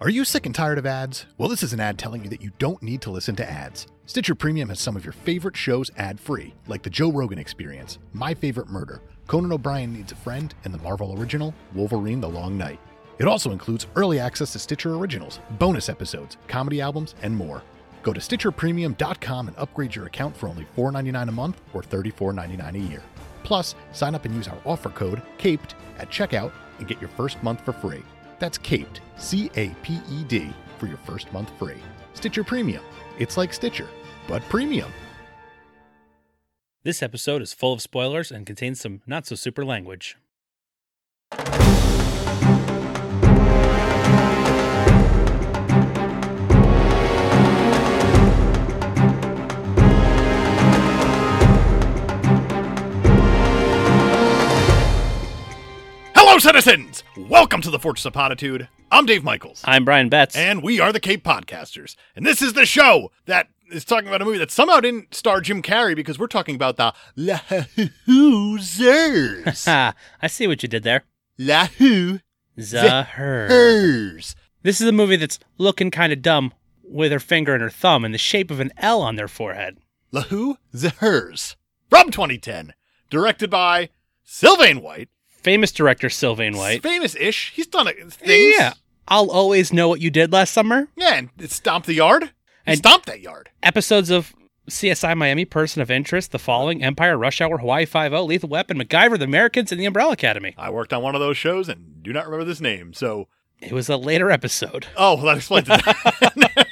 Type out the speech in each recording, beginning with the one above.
Are you sick and tired of ads? Well, this is an ad telling you that you don't need to listen to ads. Stitcher Premium has some of your favorite shows ad free, like The Joe Rogan Experience, My Favorite Murder, Conan O'Brien Needs a Friend, and the Marvel original, Wolverine the Long Night. It also includes early access to Stitcher Originals, bonus episodes, comedy albums, and more. Go to StitcherPremium.com and upgrade your account for only $4.99 a month or $34.99 a year. Plus, sign up and use our offer code CAPED at checkout and get your first month for free. That's CAPED, C A P E D, for your first month free. Stitcher Premium. It's like Stitcher, but premium. This episode is full of spoilers and contains some not so super language. Hello, citizens! Welcome to the Fortress of Potitude. I'm Dave Michaels, I'm Brian Betts. and we are the Cape Podcasters. And this is the show that is talking about a movie that somehow didn't star Jim Carrey because we're talking about the Lahoozers. ah, I see what you did there. Lahoozers. Zaher. This is a movie that's looking kind of dumb with her finger and her thumb in the shape of an L on their forehead. Lahoo Zahers from 2010, directed by Sylvain White. Famous director Sylvain White. Famous ish. He's done uh, things. Yeah. I'll always know what you did last summer. Yeah, and it stomped the yard. And And- stomped that yard. Episodes of CSI Miami, Person of Interest, The Following, Empire, Rush Hour, Hawaii Five-O, Lethal Weapon, MacGyver, The Americans, and The Umbrella Academy. I worked on one of those shows and do not remember this name. So, It was a later episode. oh, well, that explains it.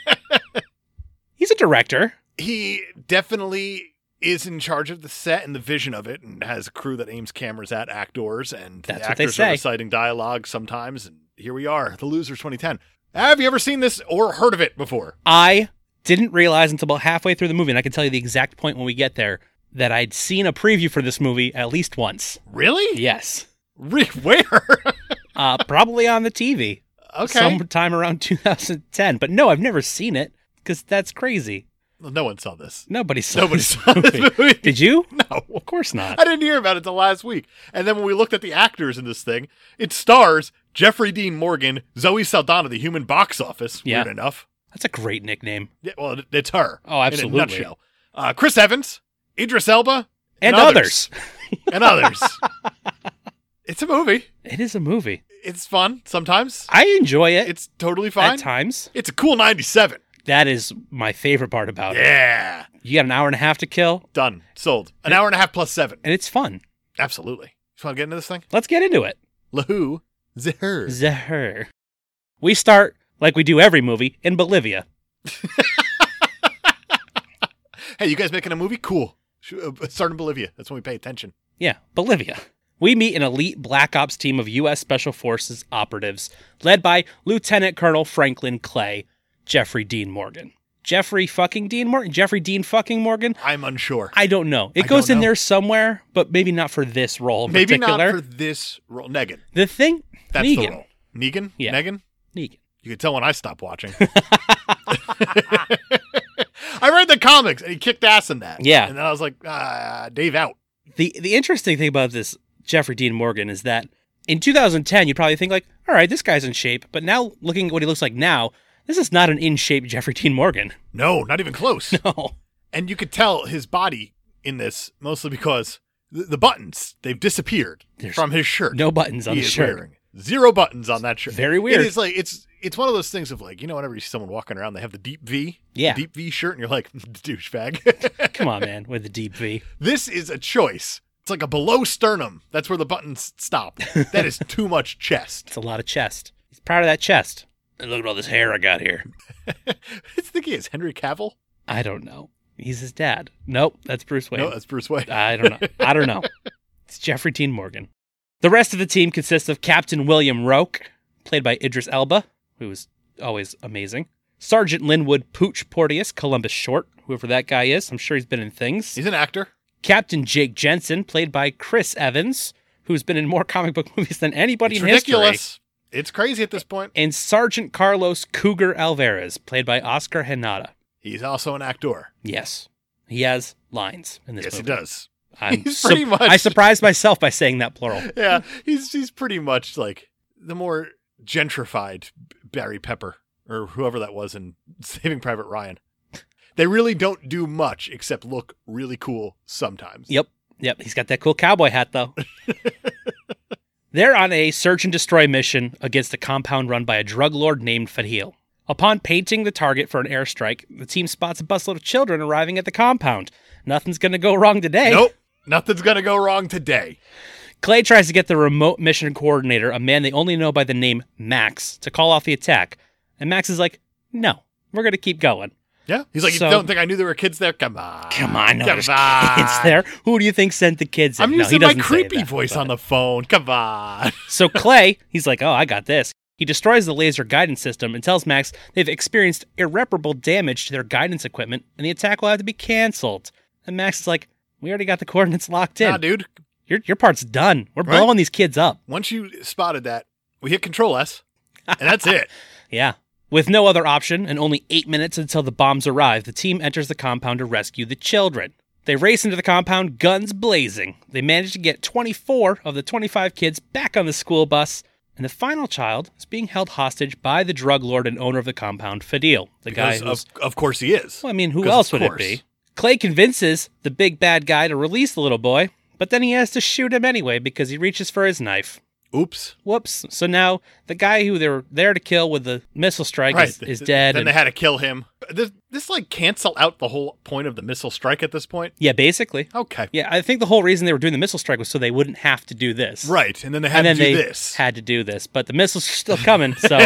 He's a director. he definitely is in charge of the set and the vision of it and has a crew that aims cameras at actors and That's the what they actors are say. reciting dialogue sometimes. And here we are, The Losers 2010. Have you ever seen this or heard of it before? I didn't realize until about halfway through the movie, and I can tell you the exact point when we get there, that I'd seen a preview for this movie at least once. Really? Yes. Re- where? Uh, probably on the TV Okay. sometime around 2010. But no, I've never seen it because that's crazy. Well, no one saw this. Nobody saw Nobody this saw this movie. movie. Did you? No. Of course not. I didn't hear about it till last week. And then when we looked at the actors in this thing, it stars Jeffrey Dean Morgan, Zoe Saldana, the human box office. Yeah. Weird enough. That's a great nickname. Yeah, well, it- it's her. Oh, absolutely. In a nutshell. Uh, Chris Evans, Idris Elba, And, others. others. and others. it's a movie. It is a movie. It's fun sometimes. I enjoy it It's totally at fine. times. It's a cool 97. That is my favorite part about it. Yeah. You got an hour and a half to kill, Done. Sold. An hour and a half plus seven. and it's fun. Absolutely. Just want to get into this thing? Let's get into it. Lahoo. Zahur. Zaher. We start, like we do every movie, in Bolivia. Hey, you guys making a movie? Cool. Sh- uh, Start in Bolivia. That's when we pay attention. Yeah, Bolivia. We meet an elite black ops team of U.S. Special Forces operatives led by Lieutenant Colonel Franklin Clay, Jeffrey Dean Morgan. Jeffrey fucking Dean Morgan? Jeffrey Dean fucking Morgan? I'm unsure. I don't know. It I goes don't in know. there somewhere, but maybe not for this role in Maybe particular. not for this role. Negan. the thing? That's Negan. the role. Negan? Yeah. Negan? Negan. You could tell when I stopped watching. I read the comics and he kicked ass in that. Yeah. And then I was like, uh, Dave out. the the interesting thing about this Jeffrey Dean Morgan is that in 2010 you'd probably think like, all right, this guy's in shape, but now looking at what he looks like now, this is not an in shape Jeffrey Dean Morgan. Oh, No, not even close. No, And you could tell his body in this mostly because the, the buttons, they've disappeared There's from his shirt. no buttons on he the is shirt. wearing. Zero buttons on that shirt. Very weird. It is like it's it's one of those things of like you know whenever you see someone walking around they have the deep V, the Yeah. deep V shirt and you're like douchebag. Come on, man, with the deep V. this is a choice. It's like a below sternum. That's where the buttons stop. That is too much chest. It's a lot of chest. He's proud of that chest. And look at all this hair I got here. I think he is Henry Cavill. I don't know. He's his dad. Nope, that's Bruce Wayne. No, that's Bruce Wayne. I don't know. I don't know. It's Jeffrey Dean Morgan. The rest of the team consists of Captain William Roke, played by Idris Elba, who is always amazing. Sergeant Linwood Pooch Porteous, Columbus Short, whoever that guy is. I'm sure he's been in things. He's an actor. Captain Jake Jensen, played by Chris Evans, who's been in more comic book movies than anybody It's in history. ridiculous. It's crazy at this point. And Sergeant Carlos Cougar Alvarez, played by Oscar Henada. He's also an actor. Yes, he has lines in this Yes, he movie. does. I'm He's pretty much- I surprised myself by saying that plural. Yeah, he's he's pretty much like the more gentrified Barry Pepper or whoever that was in Saving Private Ryan. They really don't do much except look really cool sometimes. Yep. Yep. He's got that cool cowboy hat, though. They're on a search and destroy mission against a compound run by a drug lord named Fadil. Upon painting the target for an airstrike, the team spots a busload of children arriving at the compound. Nothing's going to go wrong today. Nope. Nothing's going to go wrong today. Clay tries to get the remote mission coordinator, a man they only know by the name Max, to call off the attack. And Max is like, no, we're going to keep going. Yeah. He's like, So- you don't think I knew there were kids there? Come on. Come on, no, Come there's on. kids there. Who do you think sent the kids in? Ah. I'm No, he using my doesn't say creepy that, voice but- on the phone. Come on. So Clay, he's like, oh, I got this. He destroys the laser guidance system and tells Max they've experienced irreparable damage to their guidance equipment and the attack will have to be canceled. And Max is like, we already got the coordinates locked in. Nah, dude. your, your part's done. We're Right? blowing these kids up. Once you spotted that, we hit Control S, and that's it. Yeah. With no other option and only eight minutes until the bombs arrive, the team enters the compound to rescue the children. They race into the compound, guns blazing. They manage to get 24 of the 25 kids back on the school bus, and the final child is being held hostage by the drug lord and owner of the compound, Fadil, the Because guy who's of, of course he is. well, I mean, who 'Cause else of would it course. be? Clay convinces the big bad guy to release the little boy, but then he has to shoot him anyway because he reaches for his knife. Oops. Whoops. So now the guy who they were there to kill with the missile strike is, Th- is th- dead. Then and- they had to kill him. This, this like cancel out the whole point of the missile strike at this point. Yeah, basically. Okay. Yeah, I think the whole reason they were doing the missile strike was so they wouldn't have to do this. Right. And then they had And then to do they this. had to do this, but the missiles are still coming. So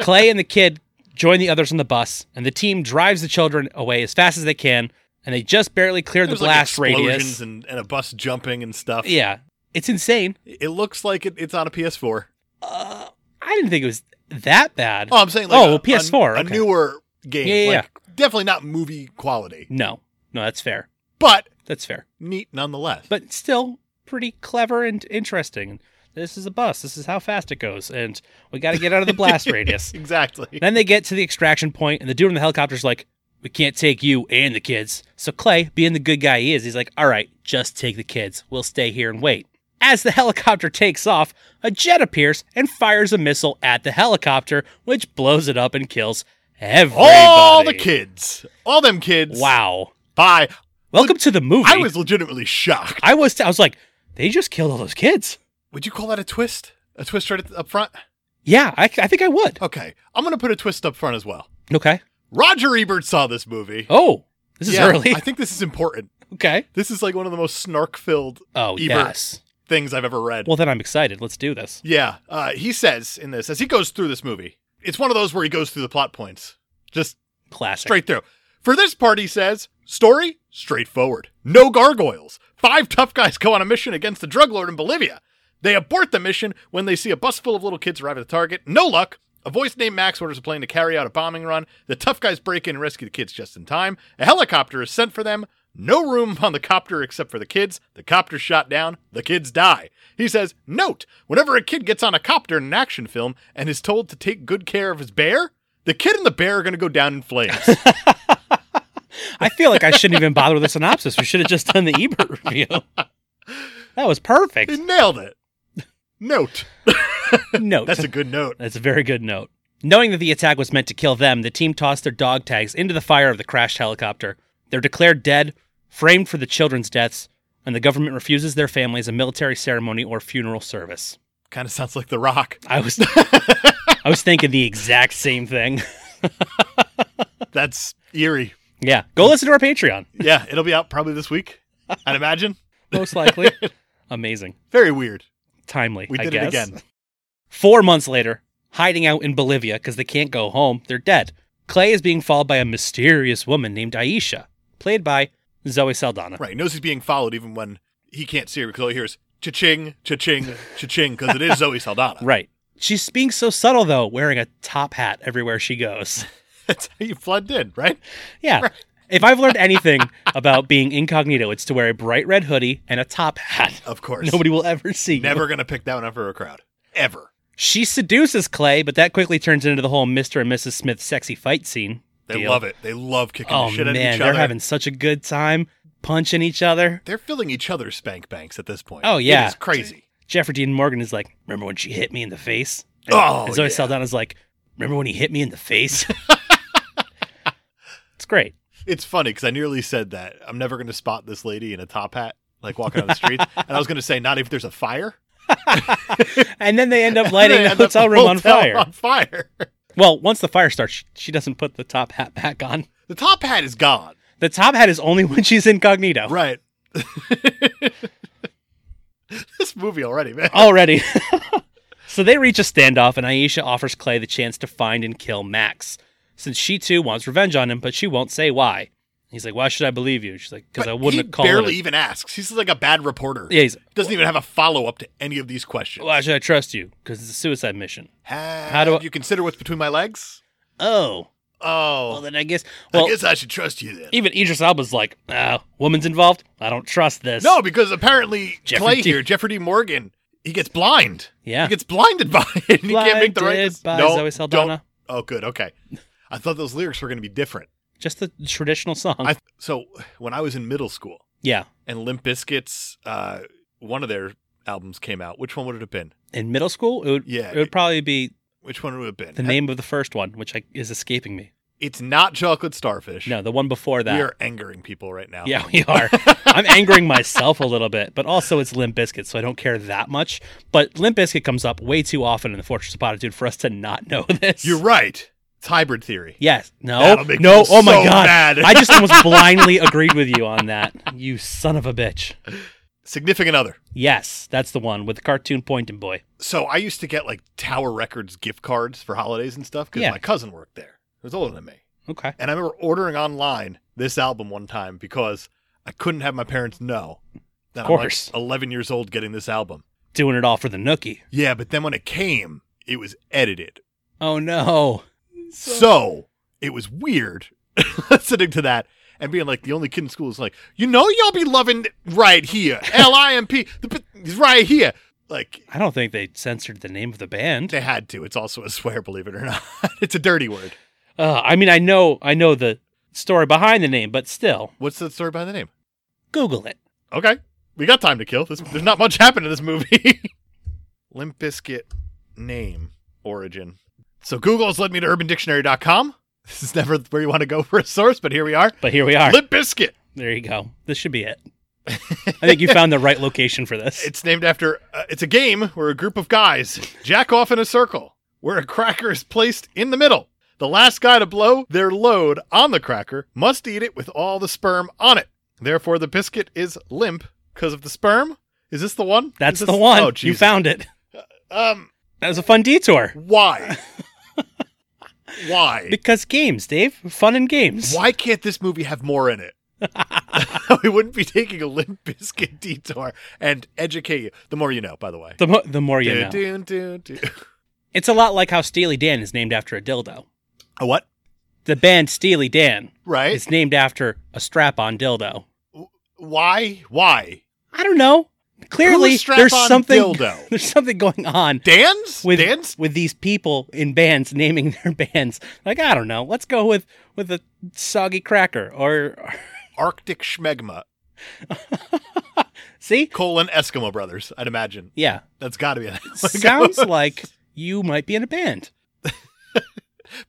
Clay and the kid join the others on the bus, and the team drives the children away as fast as they can, and they just barely clear the There's blast like explosions radius. And, and a bus jumping and stuff. yeah, it's insane. It looks like it, it's on a PS4. Uh, I didn't think it was that bad. Oh, I'm saying like Oh, a, well, PS4, a, okay. a newer game. Yeah, yeah, like, Definitely not movie quality, No, no, that's fair. but That's fair. neat nonetheless. but still pretty clever and interesting. This is a bus. This is how fast it goes, and we got to get out of the blast radius. exactly. Then they get to the extraction point, and the dude in the helicopter's like, "We can't take you and the kids." So Clay, being the good guy he is, he's like, "All right, just take the kids. We'll stay here and wait." As the helicopter takes off, a jet appears and fires a missile at the helicopter, which blows it up and kills everybody. All the kids. All them kids. Wow. Bye. Welcome to the movie. I was legitimately shocked. I was, I was like, they just killed all those kids. Would you call that a twist? A twist right at the, up front? Yeah, I, I think I would. Okay. I'm going to put a twist up front as well. Okay. Roger Ebert saw this movie. Oh, this is Yeah, early. I think this is important. okay. This is like one of the most snark filled Oh, Ebert. yes. things I've ever read. Well, then I'm excited. Let's do this. yeah. Uh, he says in this, as he goes through this movie, it's one of those where he goes through the plot points. Just Classic. straight through. For this part, he says, story straightforward. No gargoyles. Five tough guys go on a mission against the drug lord in Bolivia. They abort the mission when they see a bus full of little kids arrive at the target. No luck. A voice named Max orders a plane to carry out a bombing run. The tough guys break in and rescue the kids just in time. A helicopter is sent for them. No room on the copter except for the kids. The copter's shot down. The kids die. He says, Note, whenever a kid gets on a copter in an action film and is told to take good care of his bear, the kid and the bear are going to go down in flames. I feel like I shouldn't even bother with a synopsis. We should have just done the Ebert review. That was He perfect. nailed it. Note. Note. That's a good note. That's a very good note. Knowing that the attack was meant to kill them, the team tossed their dog tags into the fire of the crashed helicopter. They're declared dead, framed for the children's deaths, and the government refuses their families a military ceremony or funeral service. Kind of sounds like The Rock. I was I was thinking the exact same thing. That's eerie. Yeah, go listen to our Patreon. Yeah, it'll be out probably this week, I'd imagine. Most likely. Amazing. Very weird. Timely. We I did it guess. again. Four months later, hiding out in Bolivia because they can't go home, they're dead. Clay is being followed by a mysterious woman named Aisha, played by Zoe Saldana. Right. He knows he's being followed even when he can't see her because all he hears cha-ching, cha-ching, cha-ching because it is Zoe Saldana. Right. She's being so subtle, though, wearing a top hat everywhere she goes. That's how you flood in, right? Yeah. If I've learned anything about being incognito, it's to wear a bright red hoodie and a top hat. Of course. Nobody will ever see. you. Never going to pick that one up for a crowd. Ever. She seduces Clay, but that quickly turns into the whole Mr. and Mrs. Smith sexy fight scene. They love it. They love kicking Oh the shit out of man, each they're other. having such a good time punching each other. They're filling each other's spank banks at this point. Oh, yeah. It's crazy. Jeffrey Dean Morgan is like, "Remember when she hit me in the face?" Oh, and Zoe yeah. Saldana's like, Remember when he hit me in the face? it's great. It's funny because I nearly said that. I'm never going to spot this lady in a top hat, like walking on the street. and I was going to say, not if there's a fire. And then they end up And lighting they the end up hotel the room on hotel fire. On fire. Well, once the fire starts, she- she doesn't put the top hat back on. The top hat is gone. The top hat is only when she's incognito. Right. this movie already, Oh, man. Already. so they reach a standoff, and Aisha offers Clay the chance to find and kill Max, since she too wants revenge on him, but she won't say why. He's like, "Why should I believe you?" She's like, "Because But I wouldn't he have called." barely it. even asks. He's like a bad reporter. Yeah, he's. He doesn't even have a follow up to any of these questions. Why should I trust you? Because it's a suicide mission. Have How do I- you consider what's between my legs? Oh, well Oh, then I guess. Well, I guess I should trust you then. even Idris Elba's like, "Ah, woman's involved. I don't trust this." No, because apparently Jeffrey Clay D- here, Jeffrey D. Morgan, he gets blind. Yeah. He gets blinded by it. and he can't make the right. Blinded dec- by no, Zoe Don't. Saldana. Oh, good. Okay. I thought those lyrics were going to be different. Just the traditional song. I so when I was in middle school yeah. and Limp Bizkit's uh, one of their albums came out, which one would it have been? In middle school, it would. Yeah. It would probably be Which one would it have been? the name of the first one, which I, is escaping me. It's not Chocolate Starfish. No, the one before that. We are angering people right now. Yeah, we are. I'm angering myself a little bit, but also it's Limp Bizkit, so I don't care that much. But Limp Bizkit comes up way too often in the Fortress of Platitude for us to not know this. You're right. It's hybrid theory. Yes. No. That'll make No. me Oh my so god. mad. I just almost blindly agreed with you on that. You son of a bitch. Significant other. Yes, that's the one with the cartoon pointing boy. So I used to get like Tower Records gift cards for holidays and stuff because Yeah. my cousin worked there. He was older than me. Okay. And I remember ordering online this album one time because I couldn't have my parents know that Of course. I'm like 11 years old getting this album. Doing it all for the nookie. Yeah, but then when it came, it was edited. Oh no. So, it was weird listening to that and being like the only kid in school is like, you know, y'all be loving right here. L I M P. The p- is right here. Like I don't think they censored the name of the band. they had to. It's also a swear, believe it or not. it's a dirty word. Uh, I mean, I know, I know the story behind the name, but still, What's the story behind the name? Google it. Okay, we got time to kill. This, there's not much happened in this movie. Limp Biscuit name origin. So Google has led me to UrbanDictionary.com. This is never where you want to go for a source, but here we are. But here we are. Limp Biscuit. There you go. This should be it. I think you found the right location for this. It's named after. Uh, it's a game where a group of guys jack off in a circle, where a cracker is placed in the middle. The last guy to blow their load on the cracker must eat it with all the sperm on it. Therefore, the biscuit is limp because of the sperm. Is this the one? That's Is the this- one. Oh, you Jesus. found it. Um, That was a fun detour. why? why? Because games, Dave. Fun and games. Why can't this movie have more in it? we wouldn't be taking a Limp Biscuit detour and educate you. The more you know, by the way. The, mo- the more you know. Dun, dun, dun, dun. It's a lot like how Steely Dan is named after a dildo. A what? The band Steely Dan Right? is named after a strap on dildo. Why? Why? I don't know. Clearly, Who's there's strap-on something, dildo? there's something going on Dan's? with Dan's? with these people in bands naming their bands. Like I don't know, let's go with with a soggy cracker or, Arctic Schmegma, see, colon Eskimo Brothers, I'd imagine. yeah, That's got to be it. sounds like you might be in a band.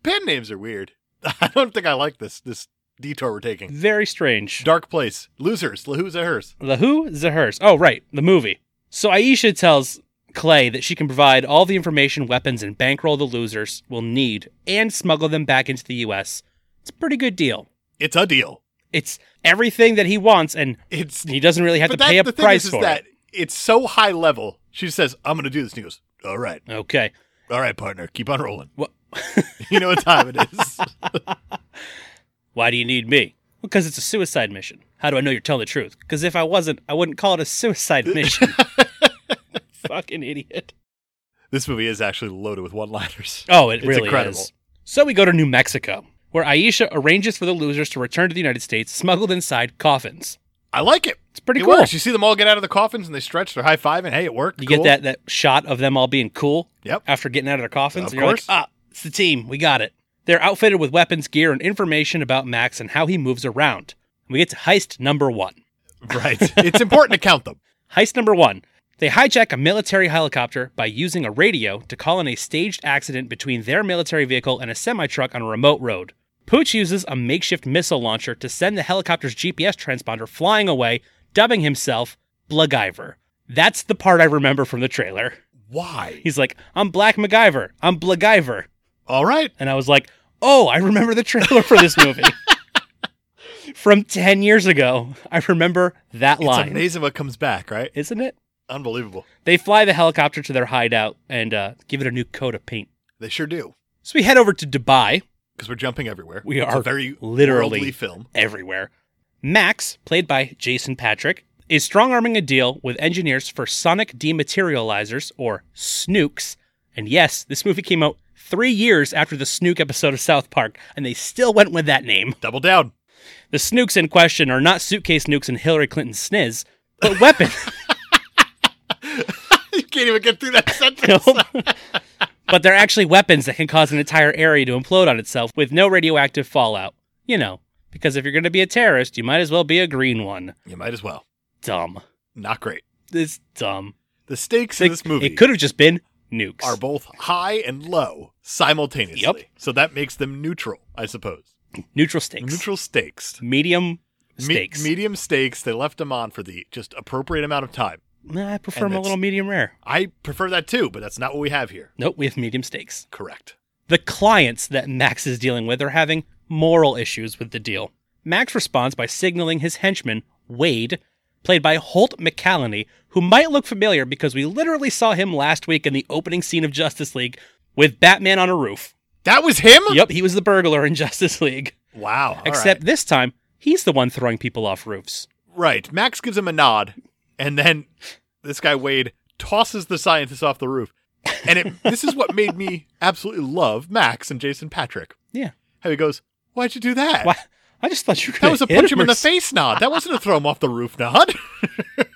Pen names are weird. I don't think I like this this detour we're taking. Very strange. Dark Place, Losers, Lahoo's a Hearse. The Who, the Hearse. Oh right, the movie. So Aisha tells Clay that she can provide all the information, weapons, and bankroll the losers will need, and smuggle them back into the U.S. It's a pretty good deal. It's a deal. It's everything that he wants, and It's he doesn't really have but to that- pay a the thing price is, is for that it. it's so high level. She says, "I'm going to do this." And he goes, "All right, Okay. all right, partner, keep on rolling." What? You know what time it is. Why do you need me? Because it's a suicide mission. How do I know you're telling the truth? Because if I wasn't, I wouldn't call it a suicide mission. Fucking idiot. this movie is actually loaded with one-liners. Oh, it It's really incredible. is. So we go to New Mexico, where Aisha arranges for the losers to return to the United States, smuggled inside coffins. I like it. It's pretty it cool. works. You see them all get out of the coffins and they stretch, they're high five, and hey, it worked. You Cool. get that that shot of them all being cool Yep. after getting out of their coffins. Of and you're course. like, ah, it's the team. We got it. They're outfitted with weapons, gear, and information about Max and how he moves around. We get to heist number one. Right. it's important to count them. Heist number one. They hijack a military helicopter by using a radio to call in a staged accident between their military vehicle and a semi truck on a remote road. Pooch uses a makeshift missile launcher to send the helicopter's GPS transponder flying away, dubbing himself Blagiver. That's the part I remember from the trailer. Why? He's like, I'm Black MacGyver. I'm Blagiver. All right. And I was like, oh, I remember the trailer for this movie. From 10 years ago, I remember that It's line. amazing what comes back, right? Isn't it? Unbelievable. They fly the helicopter to their hideout and uh, give it a new coat of paint. They sure do. So we head over to Dubai, Because we're jumping everywhere. We It's a are very literally- worldly film. everywhere. Max, played by Jason Patrick, is strong arming a deal with engineers for sonic dematerializers, or snooks. And yes, this movie came out three years after the snook episode of South Park, and they still went with that name. Double down. The snooks in question are not suitcase nukes and Hillary Clinton's sniz, but weapons. you can't even get through that No. sentence. but they're actually weapons that can cause an entire area to implode on itself with no radioactive fallout. You know, because if you're going to be a terrorist, you might as well be a green one. You might as well. Dumb. Not great. It's dumb. The stakes Like, in this movie It could have just been nukes. are both high and low simultaneously. Yep. So that makes them neutral, I suppose. Neutral stakes. Neutral stakes. Medium Me- stakes. medium stakes. They left them on for the just appropriate amount of time. Nah, I prefer them a that's- little medium rare. I prefer that too, but that's not what we have here. Nope, we have medium stakes. Correct. The clients that Max is dealing with are having moral issues with the deal. Max responds by signaling his henchman, Wade, played by Holt McCallany, who might look familiar because we literally saw him last week in the opening scene of Justice League with Batman on a roof. That was him? Yep, he was the burglar in Justice League. Wow. all Except this time, he's the one throwing people off roofs. right. Right. Max gives him a nod, and then this guy Wade tosses the scientist off the roof. And it, this is what made me absolutely love Max and Jason Patrick. Yeah. How he goes, Why'd you do that? Why? I just thought you were That gonna was a hit punch him in or the face nod. That wasn't a throw him off the roof nod. but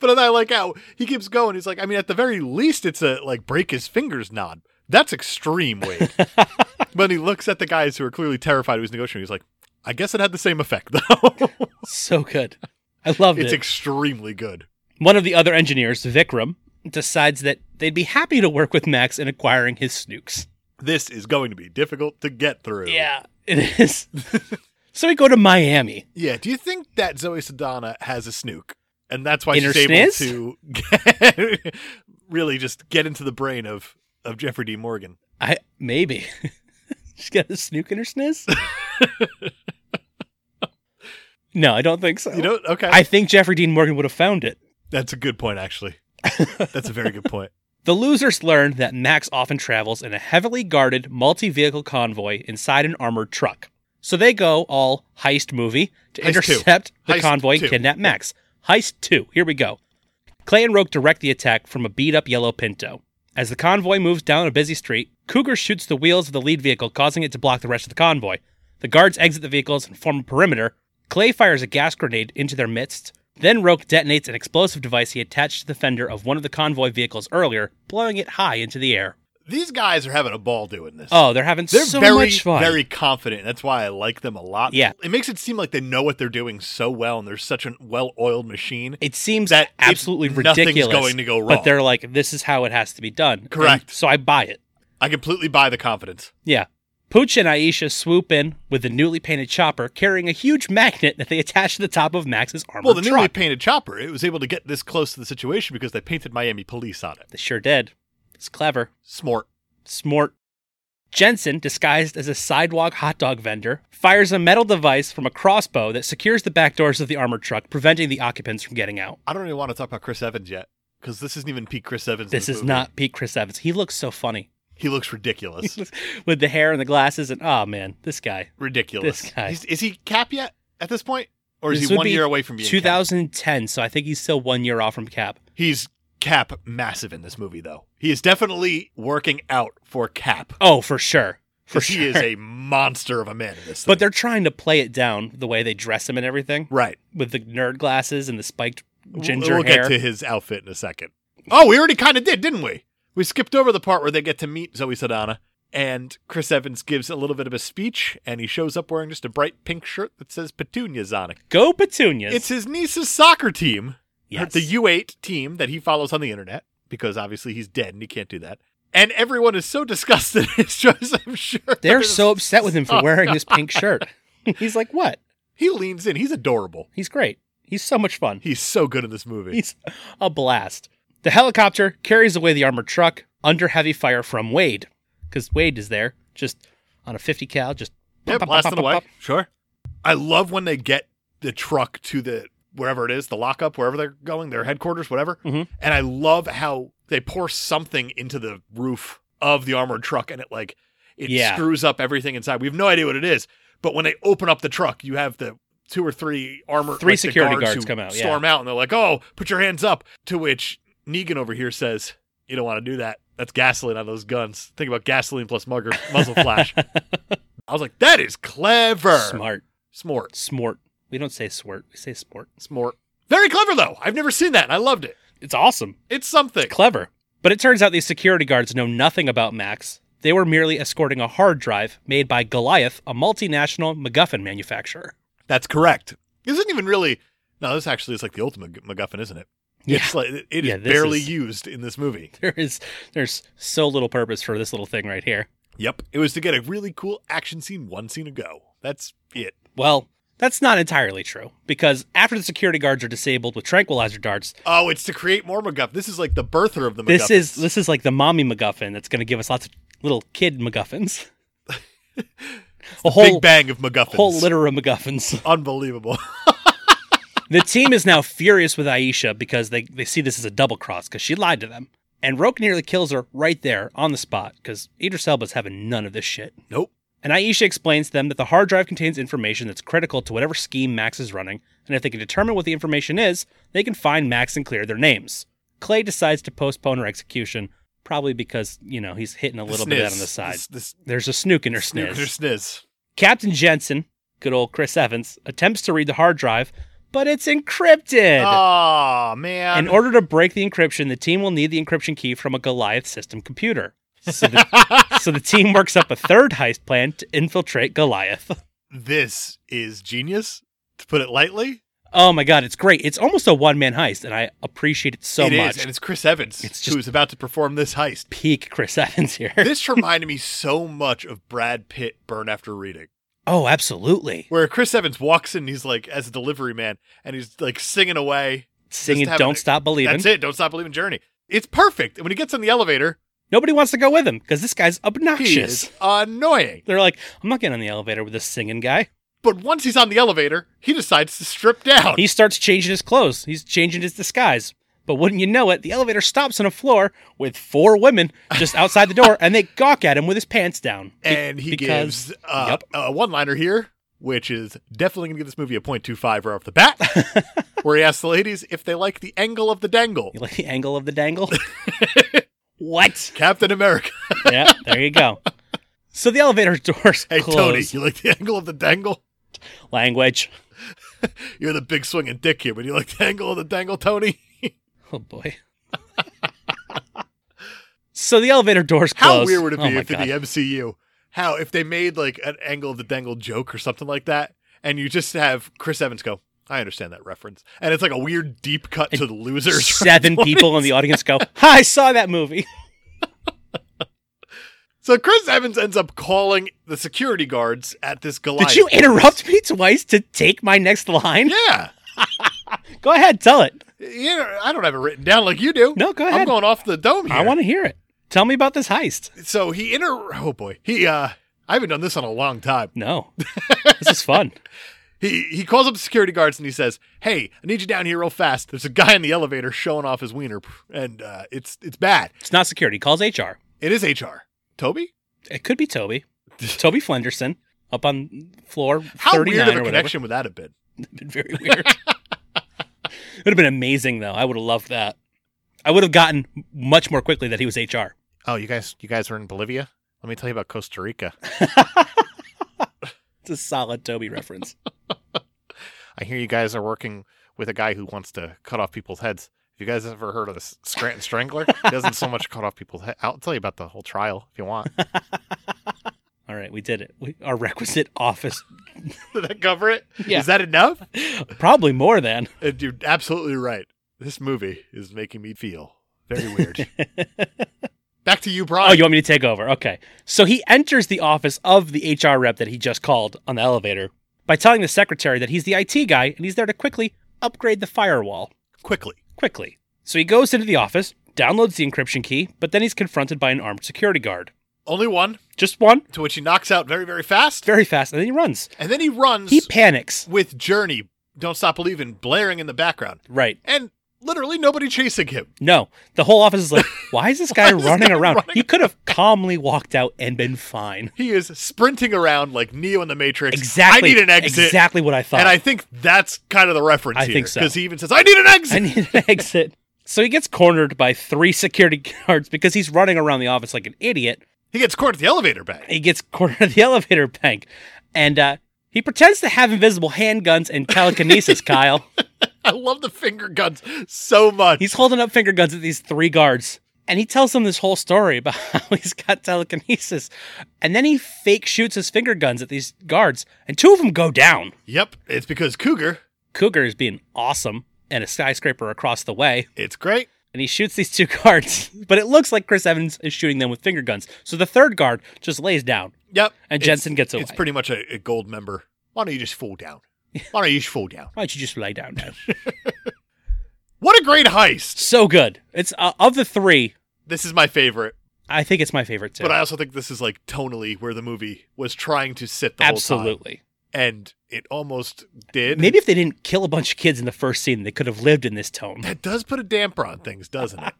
then I like how he keeps going. He's like, I mean, at the very least, it's a like break his fingers nod. That's extreme, Wade. when he looks at the guys who are clearly terrified of his negotiating, he's like, I guess it had the same effect, though. So good. I loved it's it. extremely good. One of the other engineers, Vikram, decides that they'd be happy to work with Max in acquiring his snooks. This is going to be difficult to get through. Yeah, it is. so we go to Miami. Yeah. Do you think that Zoe Sedana has a snook? And that's why In her she's able sniz? to get, really just get into the brain of, of Jeffrey D. Morgan. I maybe she's got a snook in her sniz. no, I don't think so. You know, okay. I think Jeffrey Dean Morgan would have found it. That's a good point, actually. That's a very good point. The losers learn that Max often travels in a heavily guarded multi vehicle convoy inside an armored truck. So they go all heist movie to Heist two. intercept the Heist convoy two. and kidnap Max. Heist 2. Here we go. Clay and Roke direct the attack from a beat up yellow pinto. As the convoy moves down a busy street, Cougar shoots the wheels of the lead vehicle, causing it to block the rest of the convoy. The guards exit the vehicles and form a perimeter. Clay fires a gas grenade into their midst. Then Roke detonates an explosive device he attached to the fender of one of the convoy vehicles earlier, blowing it high into the air. These guys are having a ball doing this. Oh, they're having they're so very, much fun. very confident. That's why I like them a lot. Yeah. It makes it seem like they know what they're doing so well and they're such a well oiled machine. it seems That it- absolutely nothing's ridiculous. going to go wrong. But they're like, this is how it has to be done. Correct. And so I buy it. I completely buy the confidence. Yeah. Pooch and Aisha swoop in with the newly painted chopper carrying a huge magnet that they attach to the top of Max's armored Well, the newly truck. painted chopper, it was able to get this close to the situation because they painted Miami police on it. they sure did. It's clever. Smart. Smart. Jensen, disguised as a sidewalk hot dog vendor, fires a metal device from a crossbow that secures the back doors of the armored truck, preventing the occupants from getting out. I don't even want to talk about Chris Evans yet because this isn't even peak Chris Evans. in This is movie. not Pete Chris Evans. He looks so funny He looks ridiculous. with the hair and the glasses, and oh man, this guy. ridiculous. This guy. He's- is he cap yet at this point? Or is This he would one be year away from being cap? 2010, so I think he's still one year off from Cap. He's Cap massive in this movie, though. He is definitely working out for Cap. Oh, for sure. For 'Cause sure. He is a monster of a man in this. But thing. they're trying to play it down the way they dress him and everything right. with the nerd glasses and the spiked W- ginger We'll hair. get to his outfit in a second. Oh, we already kind of did, didn't we? We skipped over the part where they get to meet Zoe Sadana, and Chris Evans gives a little bit of a speech, and he shows up wearing just a bright pink shirt that says Petunias on it. Go Petunias. It's his niece's soccer team Yes. the U8 team that he follows on the internet because obviously he's dead and he can't do that. And everyone is so disgusted at his choice, I'm sure. They're there's- so upset with him for wearing this pink shirt. He's like, what? He leans in. He's adorable. He's great. He's so much fun. He's so good in this movie. He's a blast. The helicopter carries away the armored truck under heavy fire from Wade, because Wade is there, just on a 50 cal, just Yeah, pop, pop, blasting pop, pop, away. pop. Sure. I love when they get the truck to the wherever it is, the lockup, wherever they're going, their headquarters, whatever. Mhm. And I love how they pour something into the roof of the armored truck, and it like it Yeah. screws up everything inside. We have no idea what it is, but when they open up the truck, you have the two or three armor Three like, the security guards, guards who come out, yeah. storm out, and they're like, "Oh, put your hands up." To which Negan over here says, "You don't want to do that. That's gasoline on those guns. Think about gasoline plus mugger, muzzle flash." I was like, that is clever. Smart. Smart. Smart. We don't say swart, we say sport. Smart. Very clever, though. I've never seen that. and I loved it. It's awesome. It's something. Clever. But it turns out these security guards know nothing about Max. They were merely escorting a hard drive made by Goliath, a multinational MacGuffin manufacturer. That's correct. This isn't even really. No, this actually is like the ultimate Mac- MacGuffin, isn't it? Yeah. It's like, it it is Yeah, this barely is- used in this movie. There is there's so little purpose for this little thing right here. Yep. It was to get a really cool action scene one scene ago. That's it. Well, that's not entirely true because after the security guards are disabled with tranquilizer darts, Oh, it's to create more MacGuffin. This is like the birther of the MacGuffin. this is this is like the mommy MacGuffin that's going to give us lots of little kid MacGuffins. a whole Big Bang of MacGuffins. whole litter of MacGuffins. Unbelievable. the team is now furious with Aisha because they they see this as a double cross because she lied to them, and Roke nearly kills her right there on the spot because Idris Elba's having none of this shit. nope. And Aisha explains to them that the hard drive contains information that's critical to whatever scheme Max is running, and if they can determine what the information is, they can find Max and clear their names. Clay decides to postpone her execution, probably because, you know, he's hitting a The little bit out on sniz. the side. This, this There's a snook in her snook sniz. or sniz. Captain Jensen, good old Chris Evans, attempts to read the hard drive, but it's encrypted. Oh, man. In order to break the encryption, the team will need the encryption key from a Goliath system computer. So the, so the team works up a third heist plan to infiltrate Goliath. this is genius, to put it lightly. Oh my god, it's great. It's almost a one man heist, and I appreciate it so It is, much. and it's Chris Evans It's just- who's about to perform this heist. Peak Chris Evans here. This reminded me so much of Brad Pitt Burn After Reading, oh, absolutely. where Chris Evans walks in, he's like as a delivery man, and he's like singing away. Singing having Don't a- Stop Believing. That's it. Don't stop believing, Journey. It's perfect. And when he gets in the elevator, Nobody wants to go with him because this guy's he obnoxious. is annoying. They're like, I'm not getting on the elevator with this singing guy. But once he's on the elevator, he decides to strip down. Oh, He starts changing his clothes, he's changing his disguise. But wouldn't you know it, the elevator stops on a floor with four women just outside the door, and they gawk at him with his pants down. Be- and he because- gives uh, Yup. a one-liner here, which is definitely going to give this movie a .25 right off the bat, where he asks the ladies if they like the angle of the dangle. You like the angle of the dangle? what? Captain America. yeah, there you go. So the elevator doors Hey Tony, close. you like the angle of the dangle? Language. You're the big swinging dick here, but you like the angle of the dangle, Tony? Oh boy. so the elevator doors close. How weird would it Oh, be my if in God. the MCU, how if they made like an angle of the dangle joke or something like that, and you just have Chris Evans go, "I understand that reference," and it's like a weird deep cut to the losers. from seven 20. people in the audience go, "Hi, I saw that movie." So Chris Evans ends up calling the security guards at this Goliath. Did you interrupt me twice to take my next line? Yeah. Go ahead, tell it. Yeah, I don't have it written down like you do. No, go I'm ahead. going off the dome here. I want to hear it. Tell me about this heist. So he inter. Oh boy, he. uh I haven't done this in a long time. No, this is fun. He he calls up security guards and he says, "Hey, I need you down here real fast. There's a guy in the elevator showing off his wiener, and uh, it's it's bad. It's not security. He calls HR. It is HR. Toby, It could be Toby. Toby Flenderson up on floor how 39 weird of or a whatever. connection would that have been? been very weird. It would have been amazing though. I would have loved that. I would have gotten much more quickly that he was HR. Oh, you guys, you guys were in Bolivia. Let me tell you about Costa Rica. It's a solid Toby reference. I hear you guys are working with a guy who wants to cut off people's heads. Have you guys ever heard of the Scranton Strangler? He doesn't so much cut off people's head. I'll tell you about the whole trial if you want. All right, we did it. We, our requisite office, Did that cover it? Yeah. Is that enough? probably more than. Uh, You're absolutely right. This movie is making me feel very weird. Back to you, Brian. Oh, you want me to take over? Okay. So he enters the office of the HR rep that he just called on the elevator by telling the secretary that he's the IT guy and he's there to quickly upgrade the firewall. Quickly. Quickly. So he goes into the office, downloads the encryption key, but then he's confronted by an armed security guard. Only one, Just one, to which he knocks out very, very fast. very fast, and then he runs. And then he runs He panics. with Journey, Don't Stop Believing, blaring in the background. Right. And literally nobody chasing him. No. The whole office is like, why is this guy is this running guy around? running He could have calmly walked out and been fine. He is sprinting around like Neo in the Matrix. Exactly. I need an exit. Exactly what I thought. And I think that's kind of the reference I here. think so. Because he even says, I need an exit. I need an exit. So he gets cornered by three security guards because he's running around the office like an idiot. he gets cornered at the elevator back. He gets cornered at the elevator bank, and uh, he pretends to have invisible handguns and telekinesis. Kyle, I love the finger guns so much. he's holding up finger guns at these three guards, and he tells them this whole story about how he's got telekinesis, and then he fake shoots his finger guns at these guards, and two of them go down. yep. It's because Cougar, Cougar is being awesome, and a skyscraper across the way. it's great. and he shoots these two guards, but it looks like Chris Evans is shooting them with finger guns. So the third guard just lays down. Yep. And It's- Jensen gets It's away. pretty much a, a gold member. Why don't you just fall down? Why don't you just fall down? Why don't you just lay down now? What a great heist. so good. It's uh, of the three, This is my favorite, I think it's my favorite too. but I also think this is like tonally where the movie was trying to sit the whole time. Absolutely. And it almost did. Maybe if they didn't kill a bunch of kids in the first scene, they could have lived in this tone. That does put a damper on things, doesn't it?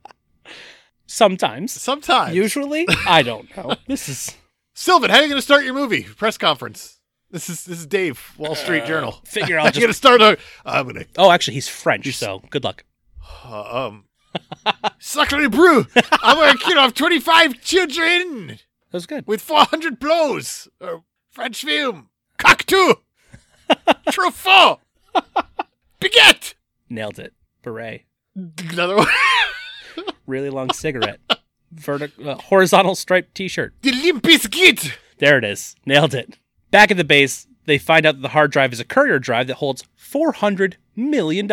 Sometimes. Sometimes. Usually, I don't know. This is Sylvan, how are you going to start your movie press conference? This is this is Dave, Wall Street Journal. Uh, figure I'm out going to just. start a. I'm going to Oh, actually, he's French, so good luck. Uh, um, Sacre bleu! I'm gonna kill off 25 children That was good. with 400 blows. Uh, French film. Cocteau. Truffaut. Baguette. Nailed it. Beret. Another one. Really long cigarette. Vertical, uh, horizontal striped t shirt. The Limp Bizkit. There it is. Nailed it. Back at the base, they find out that the hard drive is a courier drive that holds $400 million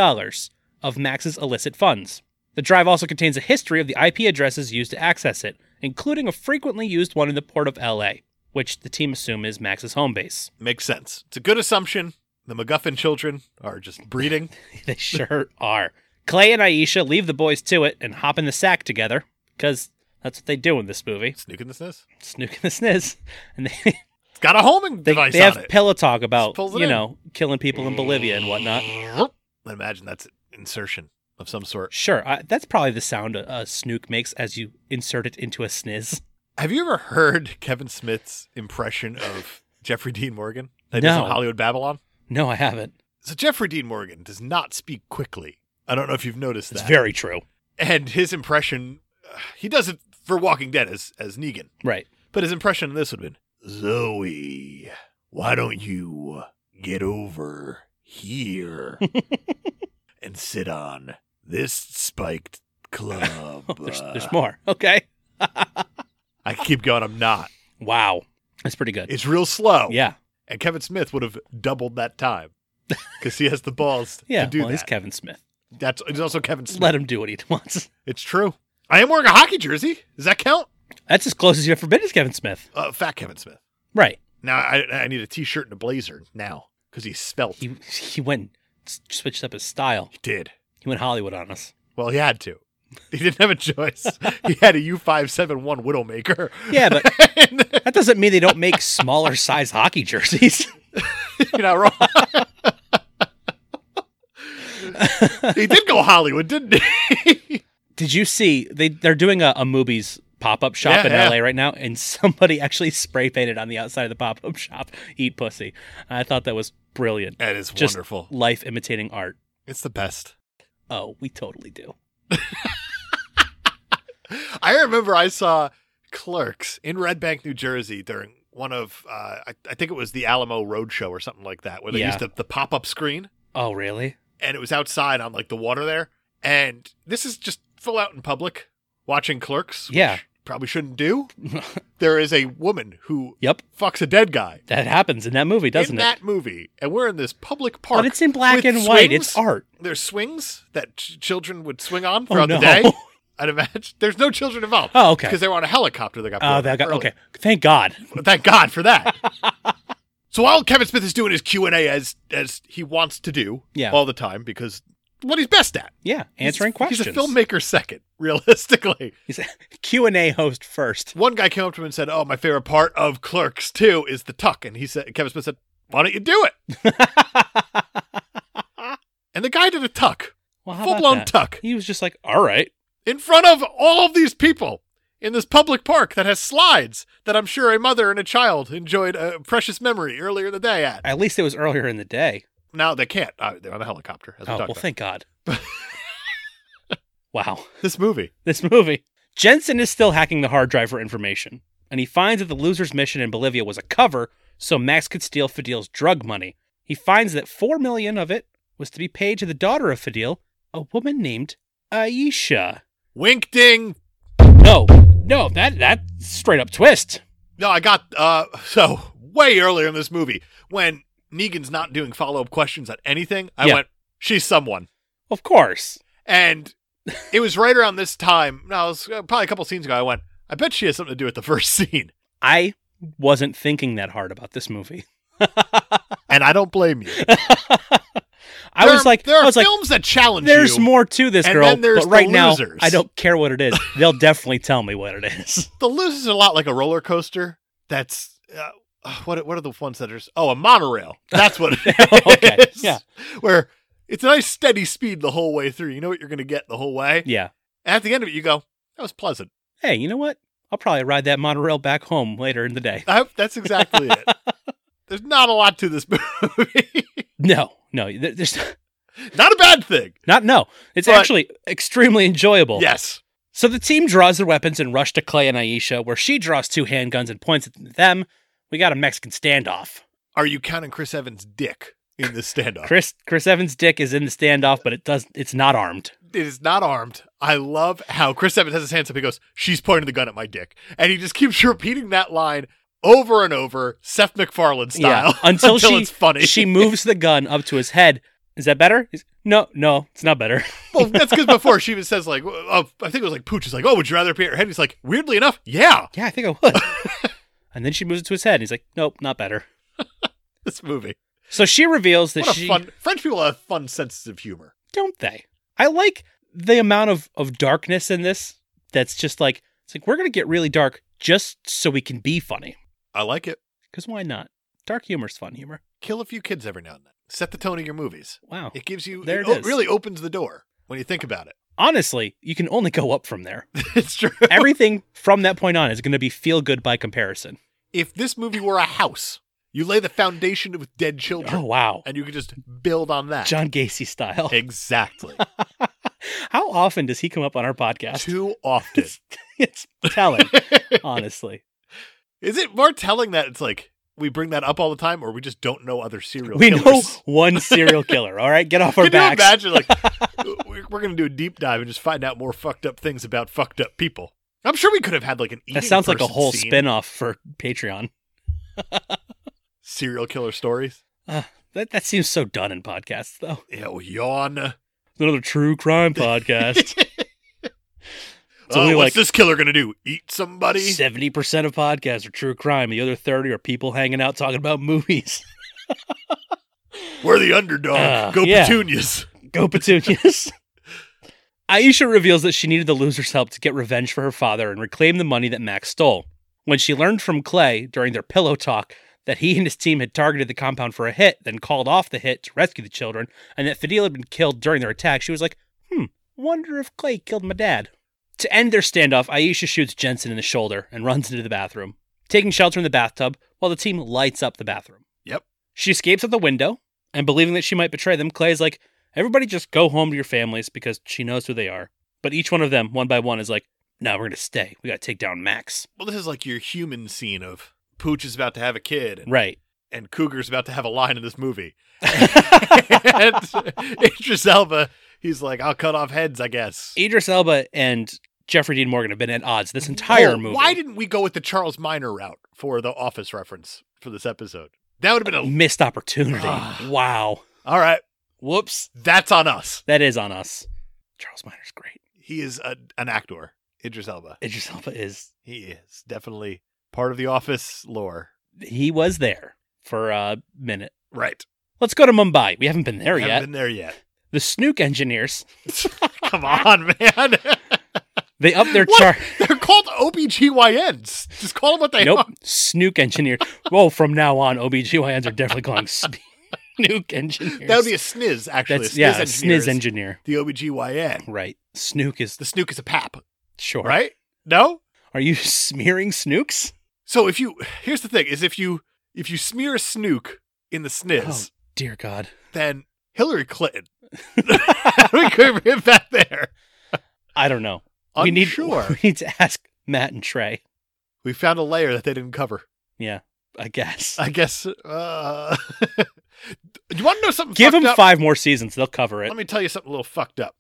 of Max's illicit funds. The drive also contains a history of the IP addresses used to access it, including a frequently used one in the port of LA, which the team assume is Max's home base. Makes sense. It's a good assumption. The MacGuffin children are just breeding. they sure are. Clay and Aisha leave the boys to it and hop in the sack together, because that's what they do in this movie. Snook in the snus. Snook and the Sniz. And they, It's got a homing they, device they have on it. pillow talk about, pulls it you in. know, killing people in Bolivia and whatnot. I imagine that's an insertion of some sort. Sure, I, that's probably the sound a, a snook makes as you insert it into a sniz. Have you ever heard Kevin Smith's impression of Jeffrey Dean Morgan? That is No. on Hollywood Babylon. No, I haven't. So Jeffrey Dean Morgan does not speak quickly. I don't know if you've noticed It's that. very true. and his impression, uh, he does it for Walking Dead as as Negan, Right. but his impression in this would have been Zoe. Why don't you get over here and sit on this spiked club? There's Uh, there's more. Okay. I keep going. I'm not. Wow. That's pretty good. It's real slow. yeah. And Kevin Smith would have doubled that time because he has the balls Yeah. to do well, he's that. Kevin Smith. That's it's also Kevin Smith. Let him do what he wants. It's true. I am wearing a hockey jersey. Does that count? That's as close as you've ever been as Kevin Smith. Uh, fat Kevin Smith. Right. Now I, I need a t-shirt and a blazer now because he's spelt. He He he went s- switched up his style. did. He went Hollywood on us. Well, he had to. He didn't have a choice. he had a U five seven one Widowmaker. Yeah, but And that doesn't mean they don't make smaller size hockey jerseys. you're not wrong. he did go Hollywood, didn't he? Did you see they they're doing a, a movies pop up shop Yeah, in yeah. LA right now, and somebody actually spray painted on the outside of the pop up shop "Eat Pussy." I thought that was brilliant. that is Just- wonderful. Life imitating art. It's the best. Oh, we totally do. I remember I saw Clerks in Red Bank, New Jersey during one of uh, I, I think it was the Alamo Roadshow or something like that, where they Yeah. used the, the pop up screen Oh, really? and it was outside on like the water there. And this is just full out in public watching Clerks. which Yeah. probably shouldn't do. there is a woman who Yep. fucks a dead guy That happens in that movie, doesn't in it? that movie, and we're in this public park. But it's in black with and white. It's swings. art. There's swings that ch- children would swing on Oh, throughout no. the day. I'd imagine there's no children involved. Oh, okay. Because they were on a helicopter. They got. Oh, blown that up got early. okay. Thank God. Thank God for that. so while Kevin Smith is doing his Q and A as as he wants to do, Yeah. all the time because what he's best at Yeah, answering He's- questions. He's a filmmaker second, realistically. He's a Q and A host first. One guy came up to him and said, "Oh, my favorite part of Clerks too is the tuck," and he said, Kevin Smith said, "Why don't you do it?" And the guy did a tuck, Well, how full about blown that? tuck, He was just like, all right. in front of all of these people in this public park that has slides that I'm sure a mother and a child enjoyed a precious memory earlier in the day at. At least it was earlier in the day. Now they can't. Uh, they're on a helicopter. As we oh talked well, about. thank God. wow, this movie. this movie. Jensen is still hacking the hard drive for information, and he finds that the loser's mission in Bolivia was a cover so Max could steal Fidel's drug money. He finds that four million of it was to be paid to the daughter of Fidel, a woman named Aisha. Wink ding. No, no, that that straight up twist. No, I got uh so way earlier in this movie when Negan's not doing follow up questions on anything. I Yeah. went, she's someone, Of course. and it was right around this time. No, it was uh, probably a couple scenes ago. I went, I bet she has something to do with the first scene, I wasn't thinking that hard about this movie. and I don't blame you. I There was are- like, there are I was like, films that challenge there's you. more to this and girl, then there's but right the now losers. I don't care what it is. They'll definitely tell me what it is. The losers are a lot like a roller coaster. That's uh, uh, what. What are the ones that are? s- Oh, a monorail. That's what. It Oh, Okay, is. yeah. Where it's a nice steady speed the whole way through. You know what you're going to get the whole way. Yeah. And at the end of it, you go, "That was pleasant." Hey, you know what? I'll probably ride that monorail back home later in the day. I hope that's exactly it. There's not a lot to this movie. No, no, there- there's not a bad thing. not. No, it's But- actually extremely enjoyable. Yes. So the team draws their weapons and rush to Clay and Aisha, where she draws two handguns and points at them. We got a Mexican standoff. Are you counting Chris Evans' dick in this standoff? Chris Chris Evans' dick is in the standoff, but it does it's not armed. it is not armed. I love how Chris Evans has his hands up. He goes, "She's pointing the gun at my dick," and he just keeps repeating that line over and over, Seth MacFarlane style, Yeah, until, she it's funny. she moves the gun up to his head. Is that better? He's- no, no, it's not better. well, that's because before she even says like, oh, I think it was like Pooch is like, "Oh, would you rather be at your head?" He's like, "Weirdly enough, yeah." Yeah, I think I would. and then she moves it to his head. And he's like, nope, not better. This movie, So she reveals that what a she fun French people have fun senses of humor. don't they? I like the amount of of darkness in this. That's just like it's like we're gonna get really dark just so we can be funny. I like it. Because why not? Dark humor's fun humor. Kill a few kids every now and then. Set the tone of your movies. Wow. It gives you. There it it o- is. really opens the door when you think about it. Honestly, you can only go up from there. it's true. Everything from that point on is going to be feel good by comparison. if this movie were a house, you lay the foundation with dead children. Oh wow, and you could just build on that. John Gacy style. Exactly. How often does he come up on our podcast? Too often. it's telling, honestly. Is it more telling that it's like we bring that up all the time, or we just don't know other serial we killers? know one serial killer. All right, get off our Can you backs. imagine? Like, we're, we're gonna do a deep dive and just find out more fucked up things about fucked up people. I'm sure we could have had like an. that eating sounds like a person whole scene. spin-off for Patreon. Serial killer stories. That that seems so done in podcasts though. Ew, yawn. Another true crime podcast. It's oh, only what's like- this killer gonna do? Eat somebody? Seventy percent of podcasts are true crime. The other thirty are people hanging out talking about movies. We're the underdog. Uh, Go yeah. petunias. Go petunias. Aisha reveals that she needed the loser's help to get revenge for her father and reclaim the money that Max stole. When she learned from Clay during their pillow talk that he and his team had targeted the compound for a hit, then called off the hit to rescue the children, and that Fidel had been killed during their attack, she was like, hmm, wonder if Clay killed my dad. To end their standoff, Aisha shoots Jensen in the shoulder and runs into the bathroom, taking shelter in the bathtub while the team lights up the bathroom. Yep. She escapes out the window, and believing that she might betray them, Clay is like, Everybody just go home to your families because she knows who they are. But each one of them, one by one, is like, no, we're going to stay. We got to take down Max. Well, this is like your human scene of Pooch is about to have a kid, and Right. and Cougar's about to have a line in this movie. and Idris Elba, he's like, I'll cut off heads, I guess. Idris Elba and Jeffrey Dean Morgan have been at odds this entire Oh, movie. Why didn't we go with the Charles Minor route for the office reference for this episode? That would have been a. missed opportunity? Ah. wow. All right. Whoops. That's on us. That is on us. Charles Miner's great. He is a, an actor, Idris Elba. Idris Elba is. He is definitely part of the office lore. He was there for a minute. Right. Let's go to Mumbai. We haven't been there Haven't yet. been there yet. The Snook engineers. Come on, man. They up their What? chart. They're called OBGYNs. Just call them what they Nope. are. Snook engineer. Whoa, from now on, OBGYNs are definitely calling Snook engineers. That would be a sniz, actually. That's, a sniz yeah, a engineer sniz is engineer. The OBGYN. Right. Snook is The snook is a pap, sure. right? No? Are you smearing snooks? So if you here's the thing is if you if you smear a snook in the sniz, Oh, dear God. then Hillary Clinton. we could bring it back there. I don't know. Unsure. We need we need to ask Matt and Trey. We found a layer that they didn't cover. I guess. I guess. Uh... you want to know something? Give fucked them up? five more seasons. They'll cover it. Let me tell you something a little fucked up.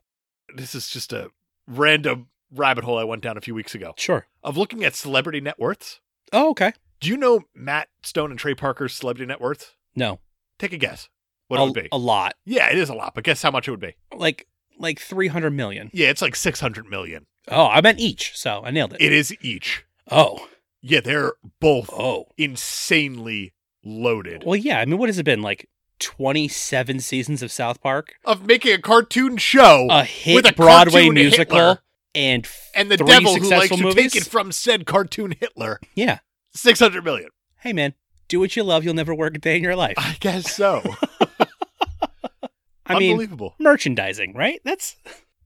This is just a random rabbit hole I went down a few weeks ago Sure. of looking at celebrity net worths. Oh, okay. Do you know Matt Stone and Trey Parker's celebrity net worth? No. Take a guess. What a, it would be? a lot. yeah, it is a lot, but guess how much it would be? Like like 300 million. Yeah, it's like 600 million. Oh, I meant each, so I nailed it. It is each. oh. Yeah, they're both Oh. insanely loaded. Well, yeah. I mean, what has it been like 27 seasons of South Park? Of making a cartoon show a hit with a Broadway cartoon musical Hitler. and f- and the three devil who likes successful to movies. take it from said cartoon Hitler, yeah. 600 million. Hey man, do what you love, you'll never work a day in your life. I guess so. I mean, Unbelievable. merchandising, right? That's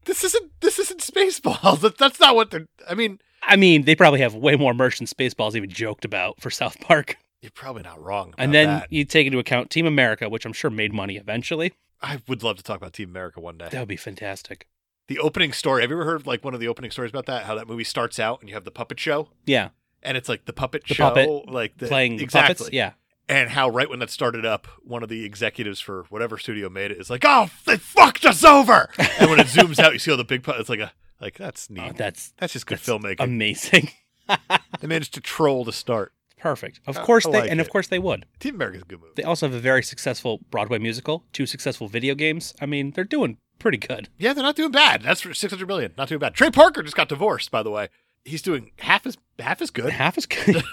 This isn't this isn't Spaceballs. That, that's not what they're. I mean, I mean, they probably have way more merch than Spaceballs even joked about for South Park. you're probably not wrong. about And then that. you take into account Team America, which I'm sure made money eventually. I would love to talk about Team America one day. That would be fantastic. The opening story. Have you ever heard of, like one of the opening stories about that? How that movie starts out and you have the puppet show, Yeah, and it's like the puppet The show, puppet like the, playing the exactly. puppets. Yeah, and how right when that started up, one of the executives for whatever studio made it is like, "Oh, they fucked us over!" and when it zooms out, you see all the big. pu- It's like a like that's Oh, neat. that's that's just good that's filmmaking. amazing. they managed to troll the start. Perfect. Of I- course I they, like and of it. course they would. Team America's a good movie. They also have a very successful Broadway musical, two successful video games. I mean, they're doing pretty good. yeah, they're not doing bad. That's for six hundred million. Not doing bad. Trey Parker just got divorced, by the way. He's doing half as half as good. Half as good.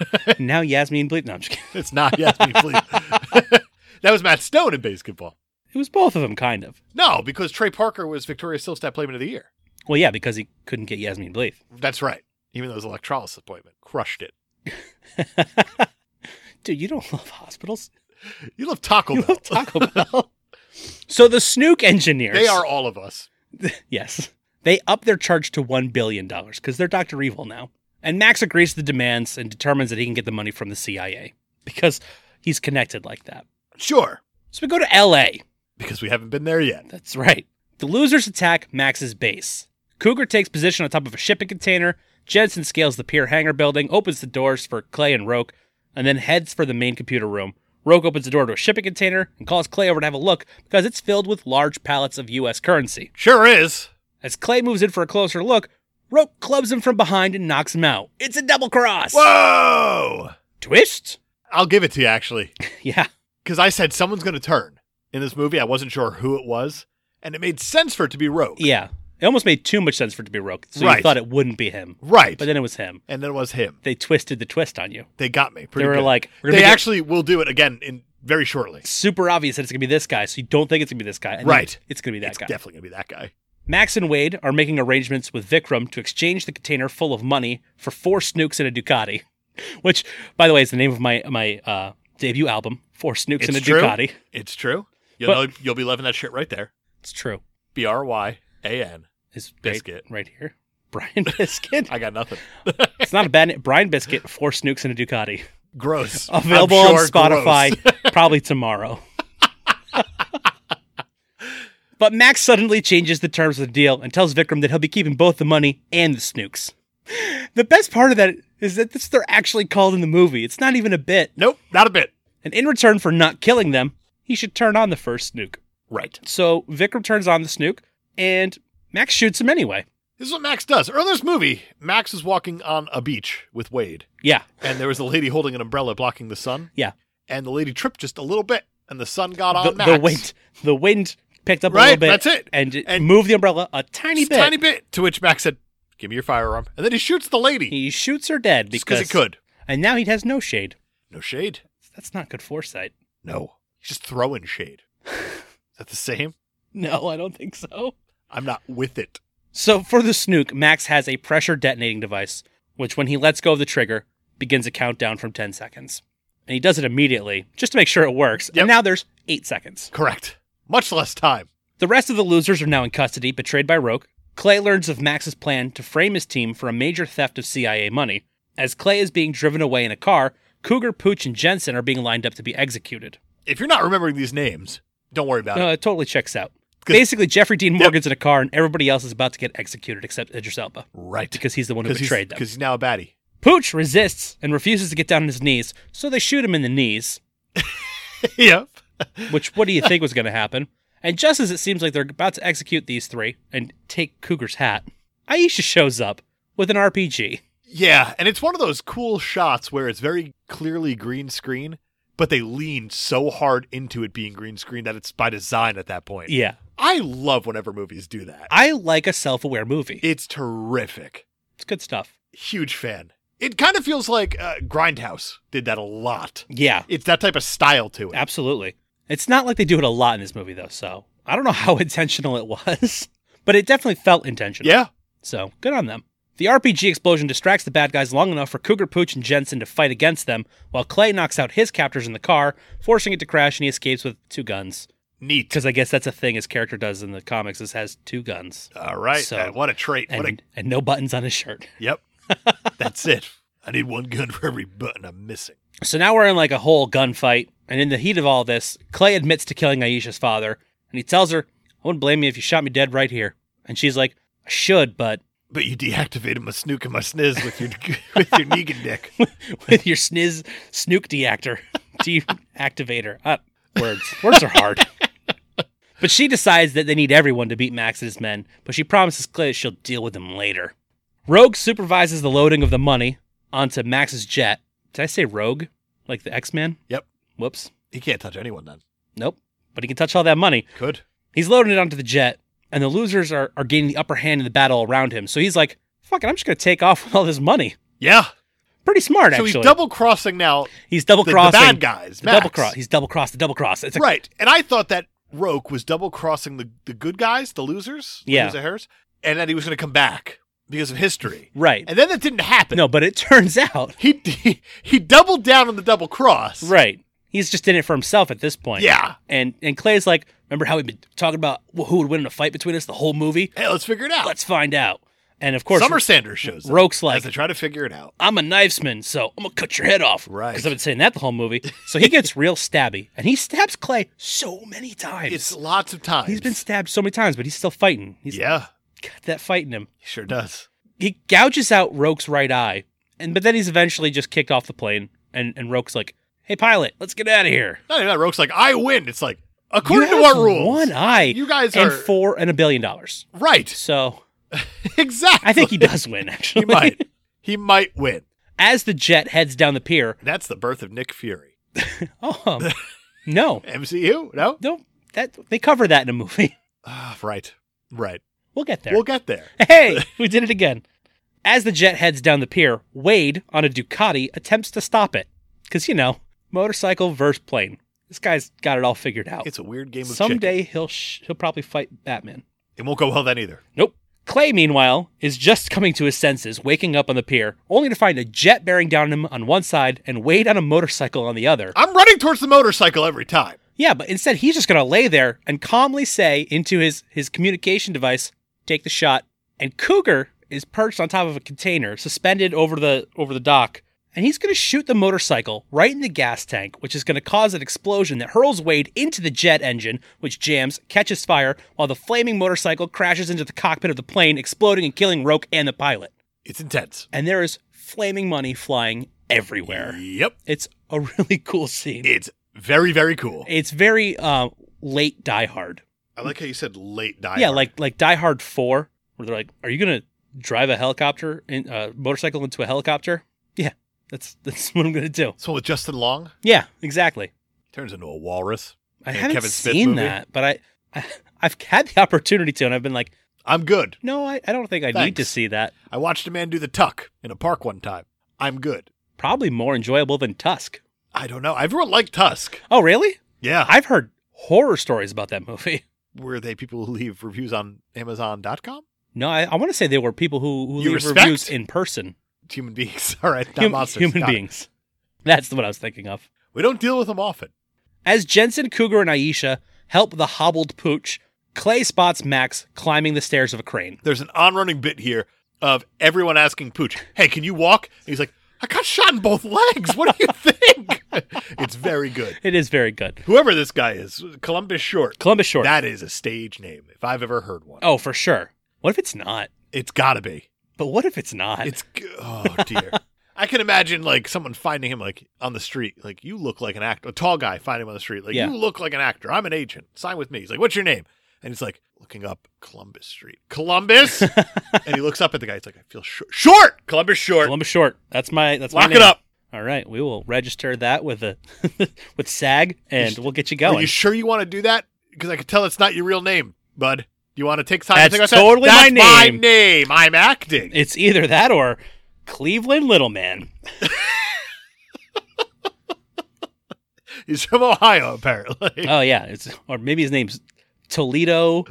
now Yasmin Bleep. No, I'm just kidding. it's not. Yes, me, please. that was Matt Stone in basketball. It was both of them, kind of. No, because Trey Parker was Victoria Silvstat Playman of the Year. Well, yeah, because he couldn't get Yasmin Bleeth. That's right. Even though it was electrolysis appointment, crushed it. Dude, you don't love hospitals. You love Taco You Bell. love Taco Bell. so the Snook engineers. They are all of us. Yes. They up their charge to $1 billion because they're Dr. Evil now. And Max agrees to the demands and determines that he can get the money from the CIA because he's connected like that. Sure. So we go to LA. Because we haven't been there yet. That's right. The losers attack Max's base. Cougar takes position on top of a shipping container. Jensen scales the pier hangar building, opens the doors for Clay and Roke, and then heads for the main computer room. Roke opens the door to a shipping container and calls Clay over to have a look because it's filled with large pallets of U.S. currency. Sure is. As Clay moves in for a closer look, Roke clubs him from behind and knocks him out. It's a double cross. Whoa! Twist? I'll give it to you, actually. Yeah. Because I said someone's going to turn in this movie. I wasn't sure who it was. And it made sense for it to be Rogue. Yeah. It almost made too much sense for it to be Roke, so you Right. thought it wouldn't be him. Right. But then it was him. and then it was him. They twisted the twist on you. They got me. Pretty they were good. like, we're gonna they make it- actually will do it again in very shortly. super obvious that it's gonna be this guy, so you don't think it's gonna be this guy. And Right. then It's gonna be that it's guy. definitely going to be that guy. Max and Wade are making arrangements with Vikram to exchange the container full of money for four snooks and a Ducati, which, by the way, is the name of my my uh, debut album, Four Snooks and a It's true. Ducati. It's true. You'll, But- know, you'll be loving that shit right there. It's true. B R Y A N. Is Biscuit. right, right here. Brian Biscuit. I got nothing. it's not a bad name. Brian Biscuit, Four Snooks and a Ducati. Gross. I'm Available sure on Spotify gross. probably tomorrow. but Max suddenly changes the terms of the deal and tells Vikram that he'll be keeping both the money and the snooks. The best part of that is that this they're actually called in the movie. It's not even a bit. Nope, not a bit. And in return for not killing them, he should turn on the first snook. Right. So Vikram turns on the snook and Max shoots him anyway. This is what Max does. Earlier in this movie, Max is walking on a beach with Wade, Yeah. and there was a lady holding an umbrella blocking the sun. Yeah. And the lady tripped just a little bit, and the sun got on The, Max. the wind the wind picked up a Right, little bit. that's it. And, it And- moved the umbrella a tiny Just a bit. tiny bit. To which Max said, Give me your firearm. And then he shoots the lady He shoots her dead because because he could. And now he has no shade. No shade. That's not good foresight. No. He's just throwing shade. is that the same? No, I don't think so. I'm not with it. So for the snook, Max has a pressure detonating device, which when he lets go of the trigger, begins a countdown from 10 seconds. And he does it immediately, just to make sure it works. Yep. And now there's 8 seconds. Correct. Much less time. The rest of the losers are now in custody, betrayed by Roke. Clay learns of Max's plan to frame his team for a major theft of CIA money. As Clay is being driven away in a car, Cougar, Pooch, and Jensen are being lined up to be executed. If you're not remembering these names, don't worry about No, it. it totally checks out. 'Cause- Basically, Jeffrey Dean Morgan's in a car, and everybody else is about to get executed except Idris Elba Right. because he's the one who Because he's, betrayed them. 'cause he's now a baddie. Pooch resists and refuses to get down on his knees, so they shoot him in the knees. yep. Which, what do you think was going to happen? And just as it seems like they're about to execute these three and take Cougar's hat, Aisha shows up with an RPG. Yeah, and it's one of those cool shots where it's very clearly green screen, but they lean so hard into it being green screen that it's by design at that point. Yeah, I love whenever movies do that. I like a self-aware movie. It's terrific. It's good stuff. Huge fan. It kind of feels like uh, Grindhouse did that a lot. Yeah, It's that type of style to it. absolutely. It's not like they do it a lot in this movie though, so I don't know how intentional it was, but it definitely felt intentional. Yeah. So good on them. The RPG explosion distracts the bad guys long enough for Cougar Pooch and Jensen to fight against them, while Clay knocks out his captors in the car, forcing it to crash, and he escapes with two guns. Neat. Because I guess that's a thing his character does in the comics is has two guns All right. So- man, what a trait. and, What a, and no buttons on his shirt. yep. That's it. I need one gun for every button I'm missing. So now we're in like a whole gunfight, and in the heat of all this, Clay admits to killing Aisha's father, and he tells her, "I wouldn't blame you if you shot me dead right here." And she's like, "I should, but But you deactivated my snook and my sniz with your with your Negan dick. with your sniz snook deactor deactivator. Uh, words words are hard. but she decides that they need everyone to beat Max and his men, but she promises Clay she'll deal with them later. Rogue supervises the loading of the money onto Max's jet. Did I say Rogue? Like the X Men? Yep. Whoops. He can't touch anyone then. Nope. But he can touch all that money. Could. He's loading it onto the jet, and the losers are, are gaining the upper hand in the battle around him. So he's like, fuck it, I'm just going to take off with all this money. Yeah. Pretty smart, So actually. he's double crossing now He's double the, the crossing. bad guys. The Max. double cross. He's double crossed. The double cross. It's a, right. And I thought that Roke was double crossing the, the good guys, the losers, Yeah. the Harris, and that he was going to come back because of history. right. And then that didn't happen. No, but it turns out He, he he doubled down on the double cross. right. He's just in it for himself at this point. Yeah. And and Clay's like, remember how we've been talking about wh- who would win in a fight between us the whole movie? Hey, let's figure it out. Let's find out. And of course, Summer Sanders shows up Roke's as like, they try to figure it out. I'm a knifesman, so I'm gonna cut your head off. Right. Because I've been saying that the whole movie. So he gets real stabby, and he stabs Clay so many times. It's lots of times. He's been stabbed so many times, but he's still fighting. He's yeah, got that fight in him. he sure does. he gouges out Roke's right eye, and but then he's eventually just kicked off the plane. And and Roke's like, "Hey, pilot, let's get out of here." Not even that. Roke's like, I win. It's like according You to have our rules, one eye, you guys and are four and a billion dollars. right. So exactly. I think he does win. Actually, he might. He might win. As the jet heads down the pier, That's the birth of Nick Fury. oh um, no, MCU? No? no, that they cover that in a movie. Ah, right. Right. We'll get there. We'll get there. hey, we did it again. As the jet heads down the pier, Wade on a Ducati attempts to stop it because you know motorcycle versus plane. This guy's got it all figured out. It's a weird game of chicken. Oh, Someday he'll sh- he'll probably fight Batman. It won't go well then either. Nope. Clay, meanwhile, is just coming to his senses, waking up on the pier, only to find a jet bearing down on him on one side and Wade on a motorcycle on the other. I'm running towards the motorcycle every time. Yeah, but instead he's just gonna lay there and calmly say into his his communication device, "Take the shot." And Cougar is perched on top of a container, suspended over the over the dock, and he's gonna shoot the motorcycle right in the gas tank, which is gonna cause an explosion that hurls Wade into the jet engine, which jams, catches fire, while the flaming motorcycle crashes into the cockpit of the plane, exploding and killing Roke and the pilot. It's intense. And there is flaming money flying everywhere. Yep. It's a really cool scene. It's very, very cool. It's very uh, late Die Hard. I like how you said late die. yeah, Hard. like like Die Hard Four, where they're like, "Are you gonna drive a helicopter in a motorcycle into a helicopter. Yeah, that's that's what I'm gonna do. So with Justin Long, Yeah, exactly. turns into a walrus. I Yeah, haven't Kevin Smith seen movie. that, but I, I I've had the opportunity to, and I've been like, I'm good. no, I, I don't think I need to Thanks. see that. I watched a man do the tuck in a park one time. I'm good. Probably more enjoyable than Tusk. I don't know. Everyone liked Tusk. Oh, really? Yeah. I've heard horror stories about that movie. Were they people who leave reviews on Amazon.com? No, I, I want to say they were people who, who You leave respect? reviews in person. Human beings. All right. Not Hum- monsters. human Got it. beings. That's what I was thinking of. We don't deal with them often. As Jensen, Cougar, and Aisha help the hobbled pooch, Clay spots Max climbing the stairs of a crane. There's an on running bit here of everyone asking Pooch, hey, can you walk? And he's like, I got shot in both legs. What do you think? it's very good. It is very good. Whoever this guy is, Columbus Short. Columbus Short. That is a stage name, if I've ever heard one. oh, for sure. What if it's not? It's got to be. But what if it's not? It's g- oh dear. I can imagine like someone finding him like on the street, like you look like an actor. A tall guy finding him on the street, like Yeah. you look like an actor. I'm an agent. Sign with me. He's like, what's your name? And he's like looking up Columbus Street, Columbus. and he looks up at the guy. He's like, I feel short. Short, Columbus Short. Columbus Short. That's my that's my Lock it name. up. All right, we will register that with a with SAG, and Just- we'll get you Are going. you sure you want to do that? Because I can tell it's not your real name, bud. You want to take time That's to think about totally that? my That's name. My name. I'm acting. it's either that or Cleveland Little Man. He's from Ohio, apparently. Oh yeah, it's or maybe his name's Toledo.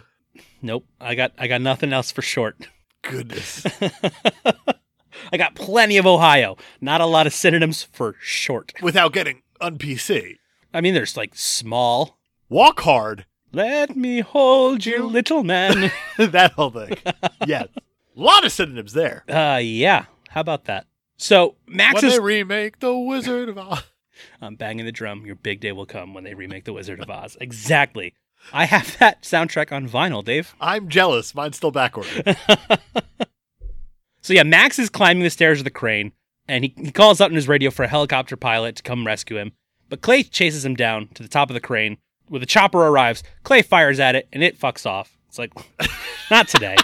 Nope, I got I got nothing else for short. Goodness. I got plenty of Ohio. Not a lot of synonyms for short. Without getting unPC. I mean, there's like small. Walk hard. Let me hold you, little man. that whole thing. Yes. A lot of synonyms there. Uh, yeah. How about that? So Max When is. they remake The Wizard of Oz. I'm banging the drum. Your big day will come when they remake The Wizard of Oz. Exactly. I have that soundtrack on vinyl, Dave. I'm jealous. Mine's still backward. So yeah, Max is climbing the stairs of the crane, and he, he calls out on his radio for a helicopter pilot to come rescue him. But Clay chases him down to the top of the crane. Where the chopper arrives, Clay fires at it, and it fucks off. It's like, not today.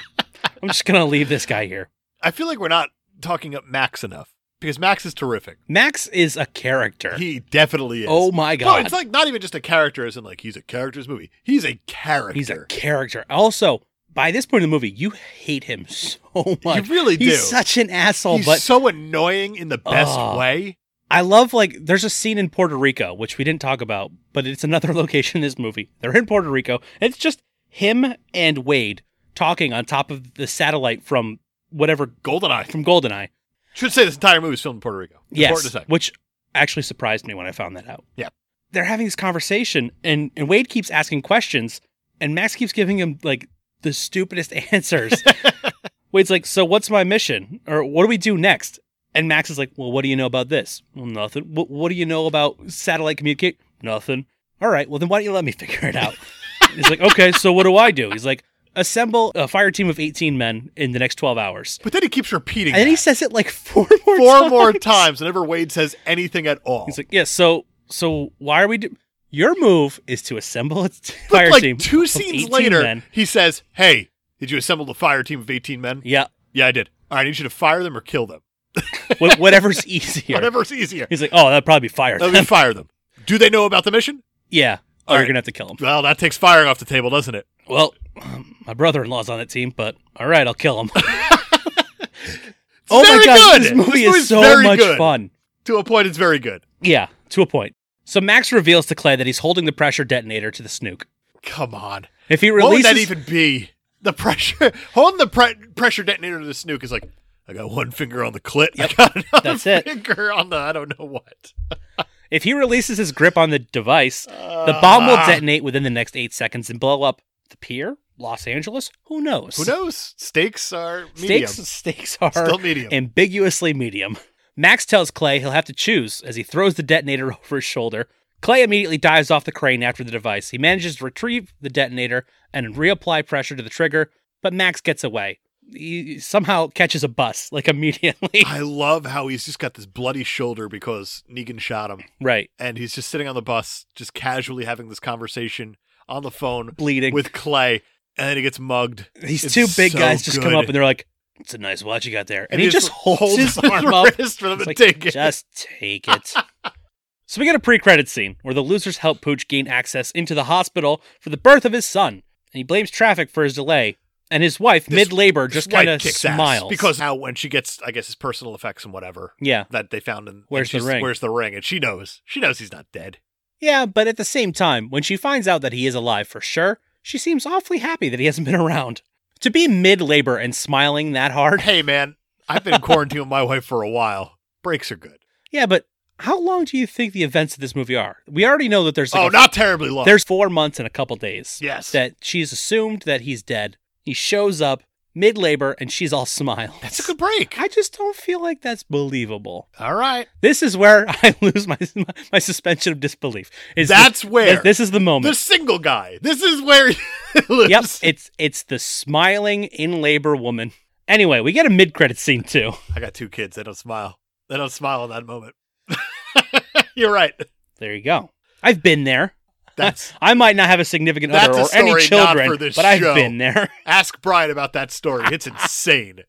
I'm just gonna leave this guy here. I feel like we're not talking up Max enough because Max is terrific. Max is a character. He definitely is. oh my No, god, it's like not even just a character, as in like he's a character's movie. He's a character. he's a character. Also, by this point in the movie, you hate him so much. You really He's do. such an asshole, He's but Ah. so annoying in the best Ugh. way. I love like there's a scene in Puerto Rico which we didn't talk about, but it's another location in this movie. They're in Puerto Rico, and it's just him and Wade talking on top of the satellite from whatever Goldeneye. from Goldeneye. Should say this entire movie is filmed in Puerto Rico. It's Important Yes, to say. which actually surprised me when I found that out. Yeah. they're having this conversation, and and Wade keeps asking questions, and Max keeps giving him like the stupidest answers. Wade's like, "So what's my mission, or what do we do next?" And Max is like, "Well, what do you know about this? Well, nothing. What, what do you know about satellite communication? Nothing. All right. Well, then why don't you let me figure it out?" He's like, "Okay. So what do I do?" He's like, "Assemble a fire team of eighteen men in the next twelve hours." But then he keeps repeating And then that he says it like four more four times. more times whenever Wade says anything at all. He's like, yeah. So, so why are we? Do- Your move is to assemble a t- fire but like team. two of 18 scenes later, men. he says, "Hey, did you assemble the fire team of eighteen men? yeah, Yeah, I did. All right, I need you to fire them or kill them, wh- whatever's easier. whatever's easier. He's like, oh, that'd probably be fire. Let me fire them. Do they know about the mission? All yeah, or right. you're gonna have to kill him. Well, that takes firing off the table, doesn't it? Well, um, my brother-in-law's on that team, but all right, I'll kill him. It's oh my very good. god, this movie is movie's so very much good. fun. To a point, it's very good. Yeah, to a point. So Max reveals to Clay that he's holding the pressure detonator to the snook. Come on, If he what would releases, that even be? The pressure holding the pre- pressure detonator to the snook is like. I got one finger on the clit. I got another That's it. finger on the I don't know what. if he releases his grip on the device, The bomb will Ah. detonate within the next eight seconds and blow up the pier, Los Angeles. Who knows? Who knows? Stakes are medium. Stakes stakes are Still medium. ambiguously medium. Max tells Clay he'll have to choose as he throws the detonator over his shoulder. Clay immediately dives off the crane after the device. He manages to retrieve the detonator and reapply pressure to the trigger, but Max gets away. He somehow catches a bus like immediately. I love how he's just got this bloody shoulder because Negan shot him, right, and he's just sitting on the bus, just casually having this conversation on the phone bleeding. with Clay, and then he gets mugged. These it's two big so guys just come good. up and they're like, It's a nice watch you got there. And, And he he just just holds, holds his up his arm up. wrist for them It's to take it. Just take it. so we get a pre-credit scene where the losers help Pooch gain access into the hospital for the birth of his son, and he blames traffic for his delay. And his wife, This- mid-labor, just This wife kind of kicks ass smiles because now when she gets, I guess, his personal effects and whatever yeah, that they found in Where's the and she's- ring? Where's the ring? And she knows. She knows he's not dead. yeah. But at the same time, when she finds out that he is alive for sure, she seems awfully happy that he hasn't been around. To be mid-labor and smiling that hard, Hey, man, I've been in quarantine with my wife for a while. Breaks are good. yeah. But how long do you think the events of this movie are? We already know that there's like oh, a not terribly long. There's four months and a couple days. Yes. That she's assumed that he's dead. He shows up mid labor and she's all smiles. That's a good break. I just don't feel like that's believable. All right. This is where I lose my my suspension of disbelief. Is That's where. this is the the moment. single guy. This is where he lives. yep, it's it's the smiling in labor woman. Anyway, we get a mid credit scene too. I got two kids. They don't smile. They don't smile in that moment. You're right. There you go. I've been there. That's I might not have a significant That's other a or any story not children, for this but I've show. been there. ask Brian about that story. It's insane.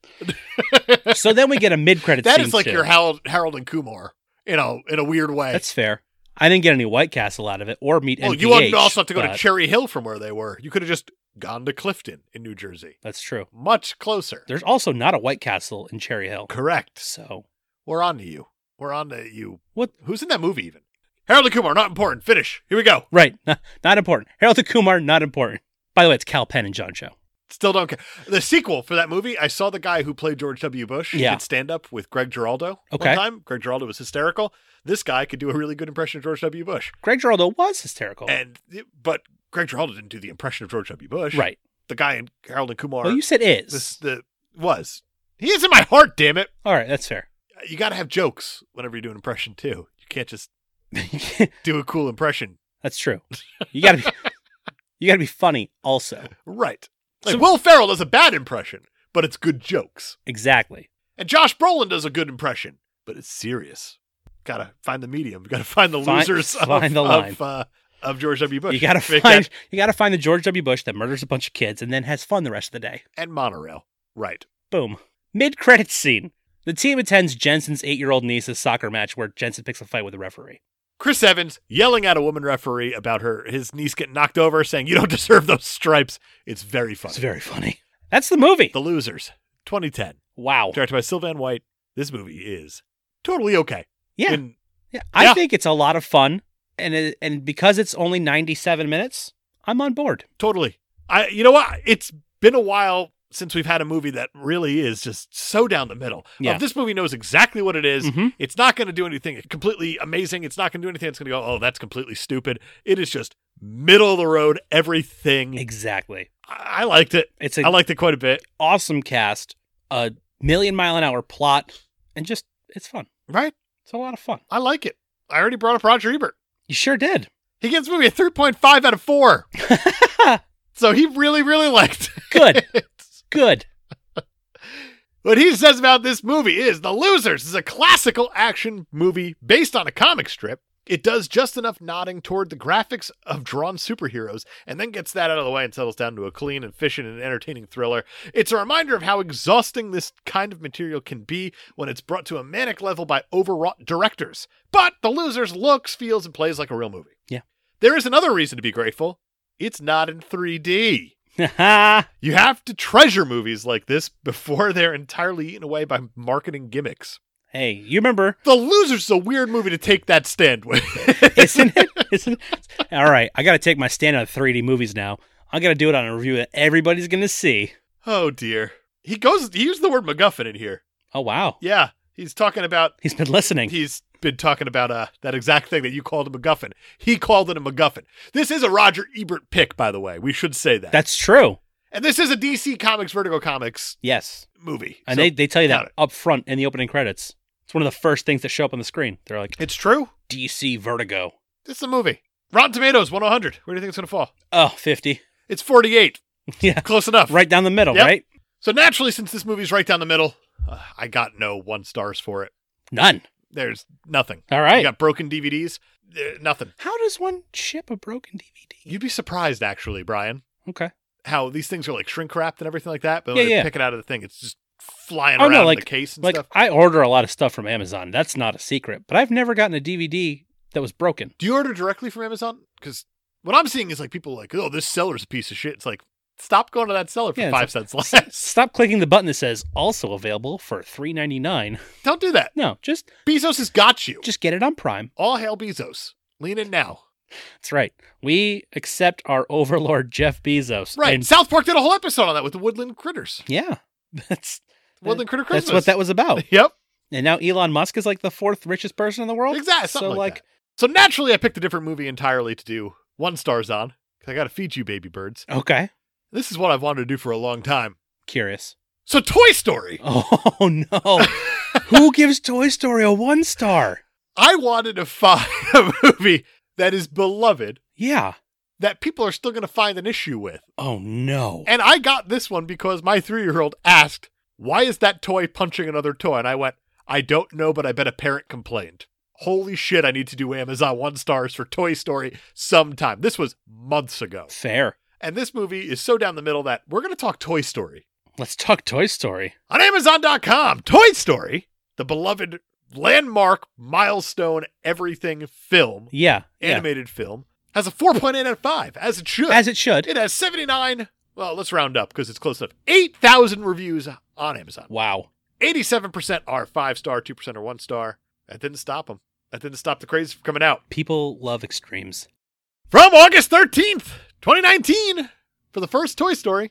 So then we get a mid credit scene. That is like too. your Harold, Harold and Kumar, you know, in a weird way. That's fair. I didn't get any White Castle out of it or meet well, NPH. you wouldn't also have to go to but Cherry Hill from where they were. You could have just gone to Clifton in New Jersey, That's true. much closer. There's also not a White Castle in Cherry Hill. Correct. So We're on to you. We're on to you. what? Who's in that movie even? Harold and Kumar, not important. Finish. Here we go. Right, not, not important. Harold and Kumar, not important. By the way, it's Cal Penn and John Cho. Still don't care. The sequel for that movie, I saw the guy who played George W. Bush. He Yeah. did stand up with Greg Giraldo. Okay. One time, Greg Giraldo was hysterical. This guy could do a really good impression of George W. Bush. Greg Giraldo was hysterical. And but Greg Giraldo didn't do the impression of George W. Bush. right. The guy in Harold and Kumar. Well, you said is. this the was. He is in my heart. Damn it! All right, that's fair. You got to have jokes whenever you do an impression too. You can't just do a cool impression. that's true. You gotta be. you gotta be funny. Also, Right. Like So- Will Ferrell does a bad impression, but it's good jokes. exactly. And Josh Brolin does a good impression, but it's serious. Gotta find the medium. Gotta find the Find- losers find of, the line. Of, uh, of George W. Bush. You gotta Make find. that- You gotta find the George W. Bush that murders a bunch of kids and then has fun the rest of the day. and monorail. Right. Boom. Mid credits scene. The team attends Jensen's eight year old niece's soccer match where Jensen picks a fight with a referee. Chris Evans yelling at a woman referee about her his niece getting knocked over, saying you don't deserve those stripes. It's very funny. It's very funny. That's the movie. the losers, 2010, Wow. directed by Sylvan White. This movie is totally okay. Yeah. In- yeah. I yeah. think it's a lot of fun. And it, and because it's only 97 minutes, I'm on board. totally. I. You know what? It's been a while since we've had a movie that really is just so down the middle. Yeah. Uh, this movie knows exactly what it is. Mhm. It's not going to do anything completely amazing. It's not going to do anything that's going to go, oh, that's completely stupid. It is just middle of the road, everything. Exactly. I, I liked it. It's I an liked it quite a bit. awesome cast, a million mile an hour plot, and just, it's fun. Right? It's a lot of fun. I like it. I already brought up Roger Ebert. You sure did. He gives the movie a 3.5 out of 4. so he really, really liked Good. it. Good. What he says about this movie is The Losers is a classical action movie based on a comic strip. It does just enough nodding toward the graphics of drawn superheroes and then gets that out of the way and settles down to a clean, efficient, and entertaining thriller. It's a reminder of how exhausting this kind of material can be when it's brought to a manic level by overwrought directors. But The Losers looks, feels, and plays like a real movie. Yeah. There is another reason to be grateful it's not in 3D. That's You have to treasure movies like this before they're entirely eaten away by marketing gimmicks. hey, you remember The Losers is a weird movie to take that stand with. isn't it? Isn't it? All right, I got to take my stand on 3D movies now. I'm gonna do it on a review that everybody's gonna see. oh dear. He goes he used the word MacGuffin in here. Oh wow, Yeah. He's talking about he's been listening. he's been talking about uh that exact thing that you called a MacGuffin. He called it a MacGuffin. This is a Roger Ebert pick, by the way. We should say that. That's true. and this is a DC Comics Vertigo Comics Yes, movie. and So they they tell you got that it. up front in the opening credits. It's one of the first things that show up on the screen. They're like it's true. DC Vertigo. It's a movie. Rotten Tomatoes, 1 to 100. Where do you think it's going to fall? Oh, 50. It's 48. Yeah, Close enough. right down the middle. Yep. Right, So naturally, since this movie's right down the middle, uh, I got no one stars for it. none. There's nothing. All You right. got broken DVDs. Uh, nothing. How does one ship a broken DVD? You'd be surprised, actually, Brian, Okay. how these things are like shrink wrapped and everything like that. But Yeah, when they yeah. pick it out of the thing, it's just flying Oh, around no, in like- the case and Like stuff. I order a lot of stuff from Amazon. That's not a secret, but I've never gotten a DVD that was broken. Do you order directly from Amazon? Because what I'm seeing is like people like, oh, this seller's a piece of shit. It's like, stop going to that seller for Yeah, it's five like- cents less. Stop clicking the button that says also available for 3.99. Don't do that. No, just Bezos has got you. just get it on Prime. All hail Bezos. Lean in now. That's right. We accept our overlord Jeff Bezos. Right. And- South Park did a whole episode on that with the Woodland Critters. yeah. That's Woodland Critter Christmas. that's what that was about. Yep. And now Elon Musk is like the fourth richest person in the world. Exactly. So something like, that. So naturally, I picked a different movie entirely to do one stars on. 'cause I got to feed you, baby birds. okay, This is what I've wanted to do for a long time. curious. So Toy Story. Oh no. Who gives Toy Story a one star? I wanted to find a movie that is beloved Yeah. that people are still going to find an issue with. Oh no. And I got this one because my three year old asked, Why is that toy punching another toy? And I went, I don't know, but I bet a parent complained. Holy shit, I need to do Amazon one stars for Toy Story sometime. This was months ago. Fair. And this movie is so down the middle that we're going to talk Toy Story. Let's talk Toy Story. On Amazon.com, Toy Story, the beloved landmark, milestone, everything film, Yeah. Yeah. animated film, has a 4.8 out of 5, as it should. As it should. It has 79, well, let's round up because it's close enough, 8,000 reviews on Amazon. Wow. 87% are five star, 2% are one star. That didn't stop them. That didn't stop the craze from coming out. People love extremes. From August 13th, 2019, for the first Toy Story.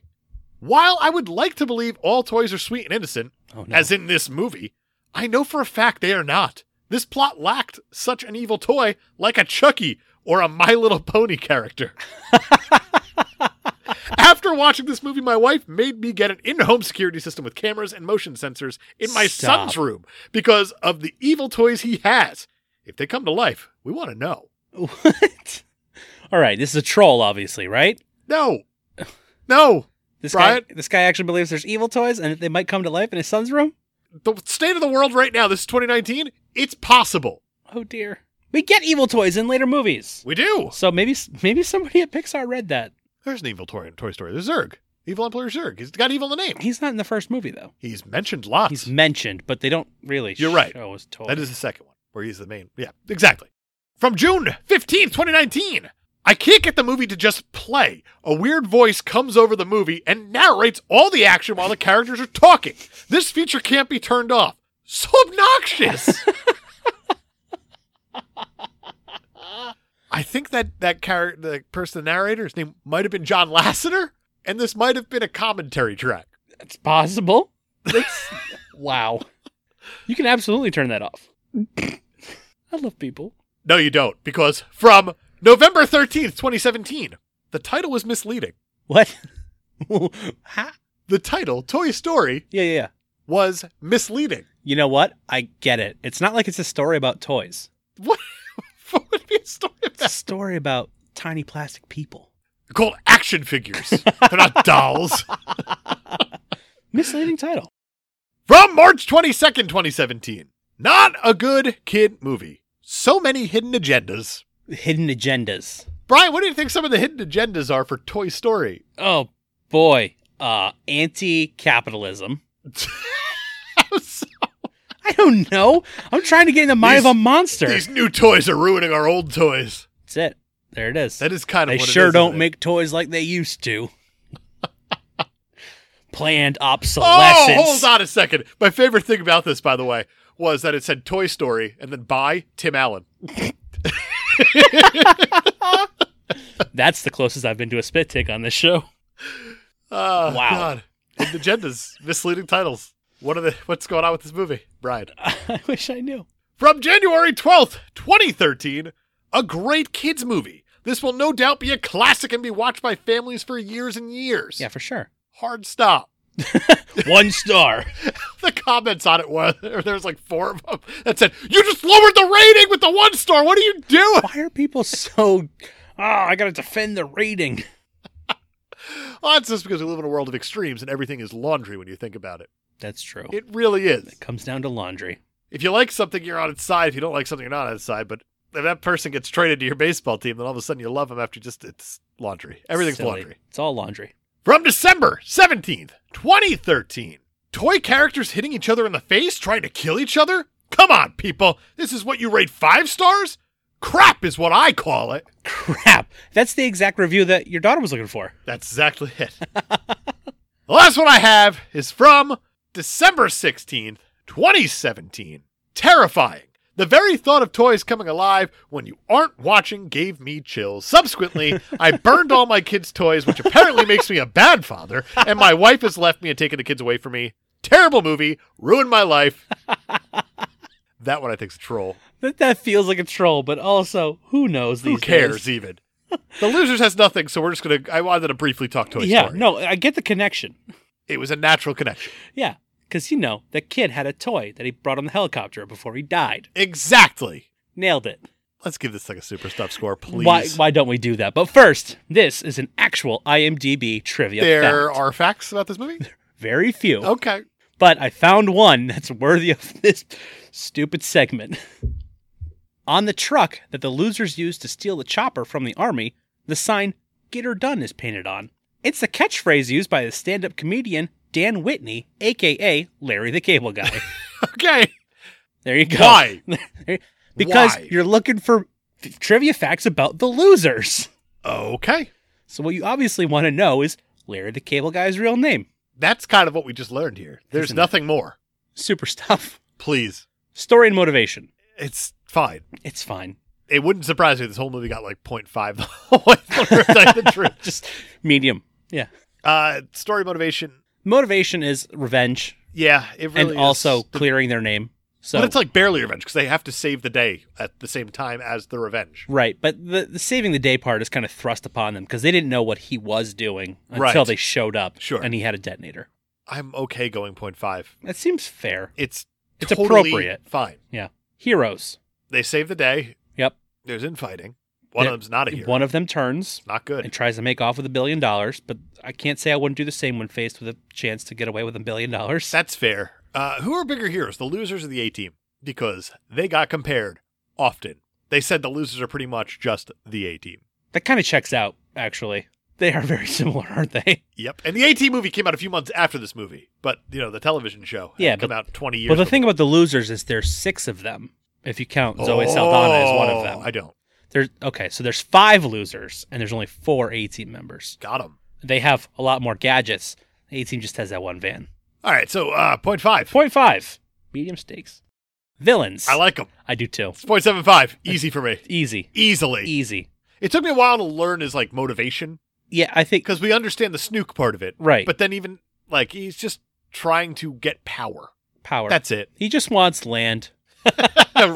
While I would like to believe all toys are sweet and innocent, Oh no. as in this movie, I know for a fact they are not. This plot lacked such an evil toy like a Chucky or a My Little Pony character. After watching this movie, my wife made me get an in home security system with cameras and motion sensors in my Stop. son's room because of the evil toys he has. If they come to life, we want to know. what? All right, this is a troll obviously, right? No. No. This Brian? guy this guy actually believes there's evil toys and that they might come to life in his son's room? The state of the world right now, this is 2019, it's possible. Oh dear. We get evil toys in later movies. We do. So maybe maybe somebody at Pixar read that. There's an evil toy in Toy Story. There's Zurg. Evil Emperor Zurg. He's got evil in the name. He's not in the first movie though. He's mentioned lots. He's mentioned, but they don't really You're right. show his toy. That is the second one where he's the main. Yeah, exactly. From June 15th, 2019. I can't get the movie to just play. A weird voice comes over the movie and narrates all the action while the characters are talking. This feature can't be turned off. So obnoxious. I think that that character, the person, the narrator, his name might have been John Lasseter, and this might have been a commentary track. It's possible. That's- wow. You can absolutely turn that off. I love people. No, you don't, because from November 13th, 2017, the title was misleading. What? Ha- The title, Toy Story, yeah, yeah, yeah. was misleading. You know what? I get it. It's not like it's a story about toys. What, what would be a story of It's a that? story about tiny plastic people. They're called action figures. They're not dolls. Misleading title. From March 22nd, 2017, not a good kid movie. So many hidden agendas. Hidden agendas. Brian, what do you think some of the hidden agendas are for Toy Story? Oh boy. Uh anti-capitalism. I don't know. I'm trying to get in the mind These- of a monster. These new toys are ruining our old toys. That's it. There it is. That is kind of They what it sure is, don't isn't it? make toys like they used to. Planned obsolescence. Oh, hold on a second. My favorite thing about this, by the way, was that it said Toy Story and then by Tim Allen. That's the closest I've been to a spit take on this show. Oh, Wow. God. Hidden agendas, misleading titles. What are the what's going on with this movie? Brian. I wish I knew. From January 12th, 2013, a great kids movie. This will no doubt be a classic and be watched by families for years and years. Yeah, for sure. Hard stop. One star. The comments on it were there's like four of them that said, You just lowered the rating with the one star. What are you doing? Why are people so? Oh, I gotta defend the rating. Well, that's just because we live in a world of extremes and everything is laundry when you think about it. That's true. It really is. It comes down to laundry. If you like something, you're on its side. If you don't like something, you're not on its side. But if that person gets traded to your baseball team, then all of a sudden you love them after just it's laundry. Everything's Silly. laundry. It's all laundry. From December 17th, 2013, toy characters hitting each other in the face, trying to kill each other? Come on, people. This is what you rate five stars? Crap is what I call it. Crap. That's the exact review that your daughter was looking for. That's exactly it. the last one I have is from December 16th, 2017. Terrifying. The very thought of toys coming alive when you aren't watching gave me chills. Subsequently, I burned all my kids' toys, which apparently makes me a bad father, and my wife has left me and taken the kids away from me. Terrible movie, ruined my life. that one I think's a troll. That, that feels like a troll, but also, who knows these Who cares days? even? The losers has nothing, so we're just gonna. I wanted to briefly talk Toy yeah, Story. no, I get the connection. it was a natural connection. Yeah, because you know, that kid had a toy that he brought on the helicopter before he died. Exactly. Nailed it. Let's give this thing a super stuff score, please. Why, why don't we do that? But first, this is an actual IMDb trivia there fact. are facts about this movie? Very few, Okay. but I found one that's worthy of this stupid segment. On the truck that the losers used to steal the chopper from the army, the sign Get Her Done is painted on. It's the catchphrase used by the stand up comedian Dan Whitney, aka Larry the Cable Guy. Okay. There you go. Why? because Why? you're looking for f- trivia facts about the losers. Okay. So what you obviously want to know is Larry the Cable Guy's real name. That's kind of what we just learned here. There's Isn't it? nothing more. Super stuff. Please. Story and motivation. It's fine. It's fine. It wouldn't surprise me if this whole movie got like 0.5 the whole way through. Like the truth. Just medium. Yeah. Uh, story motivation. Motivation is revenge Yeah, it really and is. also clearing their name. So But it's like barely revenge because they have to save the day at the same time as the revenge. right, but the, the saving the day part is kind of thrust upon them because they didn't know what he was doing until Right. they showed up. Sure. And he had a detonator. I'm okay going 0.5. That seems fair. It's It's totally appropriate. Fine. Yeah. Heroes. They save the day. Yep. There's infighting. One There- of them's not a hero. One of them turns. not good. and tries to make off with a billion dollars, but I can't say I wouldn't do the same when faced with a chance to get away with a billion dollars. That's fair. Uh, who are bigger heroes, the losers or the A team? Because they got compared often. They said the losers are pretty much just the A team. That kind of checks out, actually. They are very similar, aren't they? Yep. And the A team movie came out a few months after this movie, but you know the television show had Yeah, come but- out twenty years. Well, the before. thing about the losers is there's six of them. If you count Zoe Saldana as one of Oh, them, I don't there's okay. So there's five losers, and there's only four A team members. got him. They have a lot more gadgets. A team just has that one van. All right, so uh, point five. Point five, medium stakes. Villains. I like them. I do too. It's point seven five. Easy for me. Easy, Easily. easy. it took me a while to learn his like motivation Yeah, I think because we understand the snook part of it, Right. But then even like he's just trying to get power. power. That's it. he just wants land.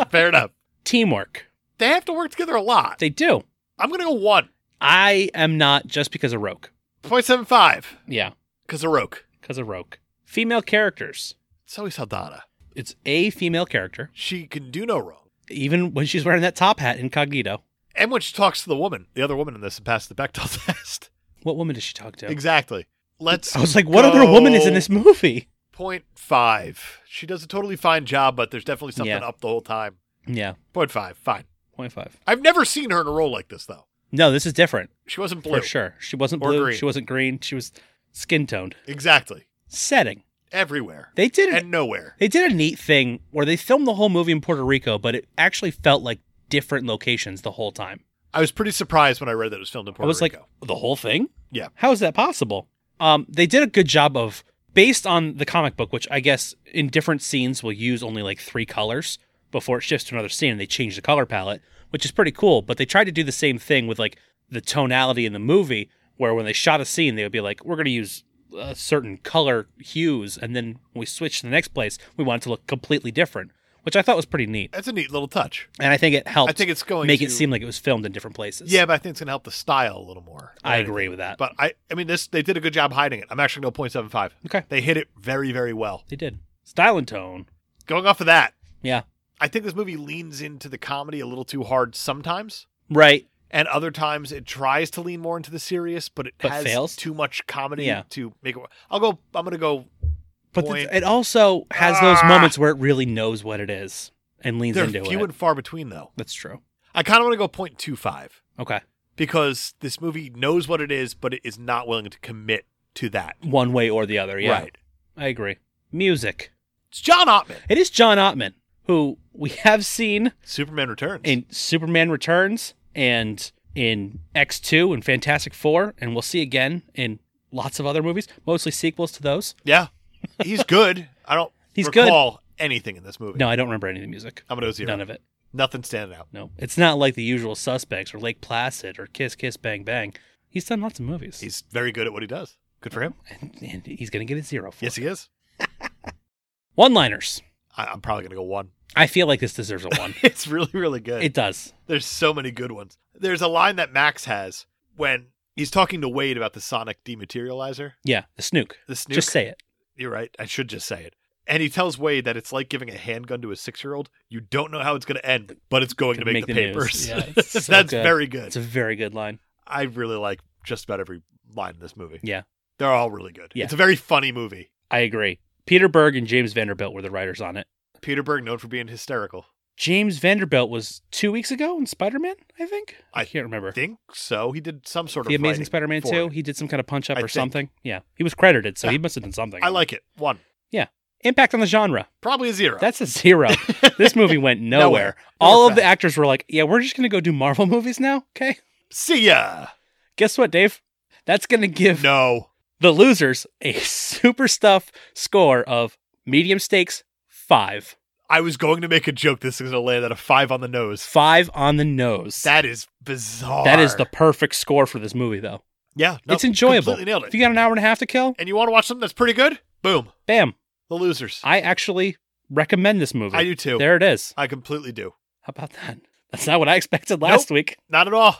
Fair enough. Teamwork. They have to work together a lot. They do. I'm gonna go one I am not just because of Roke. point seven five Yeah, because of Roke. because of Roke. Female characters. Zoe Saldana. It's a female character, She can do no wrong. even when she's wearing that top hat incognito. And when she talks to the woman, the other woman in this, and passes the Bechdel test. What woman does she talk to? exactly. Let's. I was like, what other go woman is in this movie? Point five. She does a totally fine job, but there's definitely something Yeah. up the whole time. Yeah, Point five. Fine. 0.5. I've never seen her in a role like this though. No, this is different She wasn't blue. for sure. She wasn't Or blue. green. She wasn't green. She was skin toned. Exactly. Setting. Everywhere They did it. and nowhere. They did a neat thing where they filmed the whole movie in Puerto Rico, but it actually felt like different locations the whole time. I was pretty surprised when I read that it was filmed in Puerto I was Rico. like, the whole thing? Yeah. How is that possible? Um, they did a good job of, based on the comic book, which I guess in different scenes will use only like three colors before it shifts to another scene and they change the color palette, which is pretty cool. But they tried to do the same thing with like the tonality in the movie, where when they shot a scene, they would be like, we're going to use uh, certain color hues. And then when we switch to the next place, we want it to look completely different, which I thought was pretty neat. That's a neat little touch. And I think it helped I think it's going make to it seem like it was filmed in different places. Yeah, but I think it's gonna help the style a little more. I agree with that. But I, I mean, this they did a good job hiding it. I'm actually no point seven five. Okay. They hit it very, very well. They did. Style and tone. Going off of that, Yeah. I think this movie leans into the comedy a little too hard sometimes, Right. and other times it tries to lean more into the serious, but it But has fails? too much comedy Yeah. to make it. I'll go. I'm gonna go. But th- Point. it also has those Ah! moments where it really knows what it is and leans They're into few it. and far between though. That's true. I kind of want to go point two five. Okay. because this movie knows what it is, but it is not willing to commit to that. One way or the other. Yeah. Right. I agree. music. It's John Ottman. It is John Ottman, who we have seen Superman Returns. in Superman Returns and in X2 and Fantastic Four, and we'll see again in lots of other movies, mostly sequels to those. yeah, he's good. I don't He's good. recall anything in this movie. No, I don't remember any of the music. I'm gonna zero. None of it. Nothing standing out. No. It's not like the usual suspects or Lake Placid or Kiss Kiss Bang Bang. He's done lots of movies. He's very good at what he does. Good for him. and, and he's going to get a zero for Yes, he is. One liners. I- I'm probably gonna go one. I feel like this deserves a one. It's really, really good. it does. There's so many good ones. There's a line that Max has when he's talking to Wade about the sonic dematerializer. Yeah. The snook. The snook. Just say it. You're right. I should just say it. And he tells Wade that it's like giving a handgun to a six year old. You don't know how it's going to end, but it's going to Gonna make, the, make the news. papers. Yeah, it's so That's good. very good. It's a very good line. I really like just about every line in this movie. Yeah. They're all really good. Yeah. It's a very funny movie. I agree. Peter Berg and James Vanderbilt were the writers on it. Peter Berg, known for being hysterical. James Vanderbilt was two weeks ago in Spider Man, I think. I, I can't remember. Think so. He did some sort The of Amazing writing Spider Man for 2. it. He did some kind of punch up I or think. something. Yeah. He was credited, so Yeah. he must have done something. I like it. One. Impact on the genre. Probably a zero. That's a zero. this movie went nowhere. Nowhere. All of Nowhere the fast. actors were like, yeah, we're just going to go do Marvel movies now. Okay. See ya. Guess what, Dave? That's going to give No. the losers a super stuff score of medium stakes five. I was going to make a joke. This is going to land at a five on the nose. Five on the nose. That is bizarre. that is the perfect score for this movie, though. yeah. no, it's enjoyable. Completely nailed it. If you got an hour and a half to kill, and you want to watch something that's pretty good, boom, bam. The Losers. I, I actually recommend this movie. do too. There it is. I completely do. How about that? That's not what I expected last week. Not at all.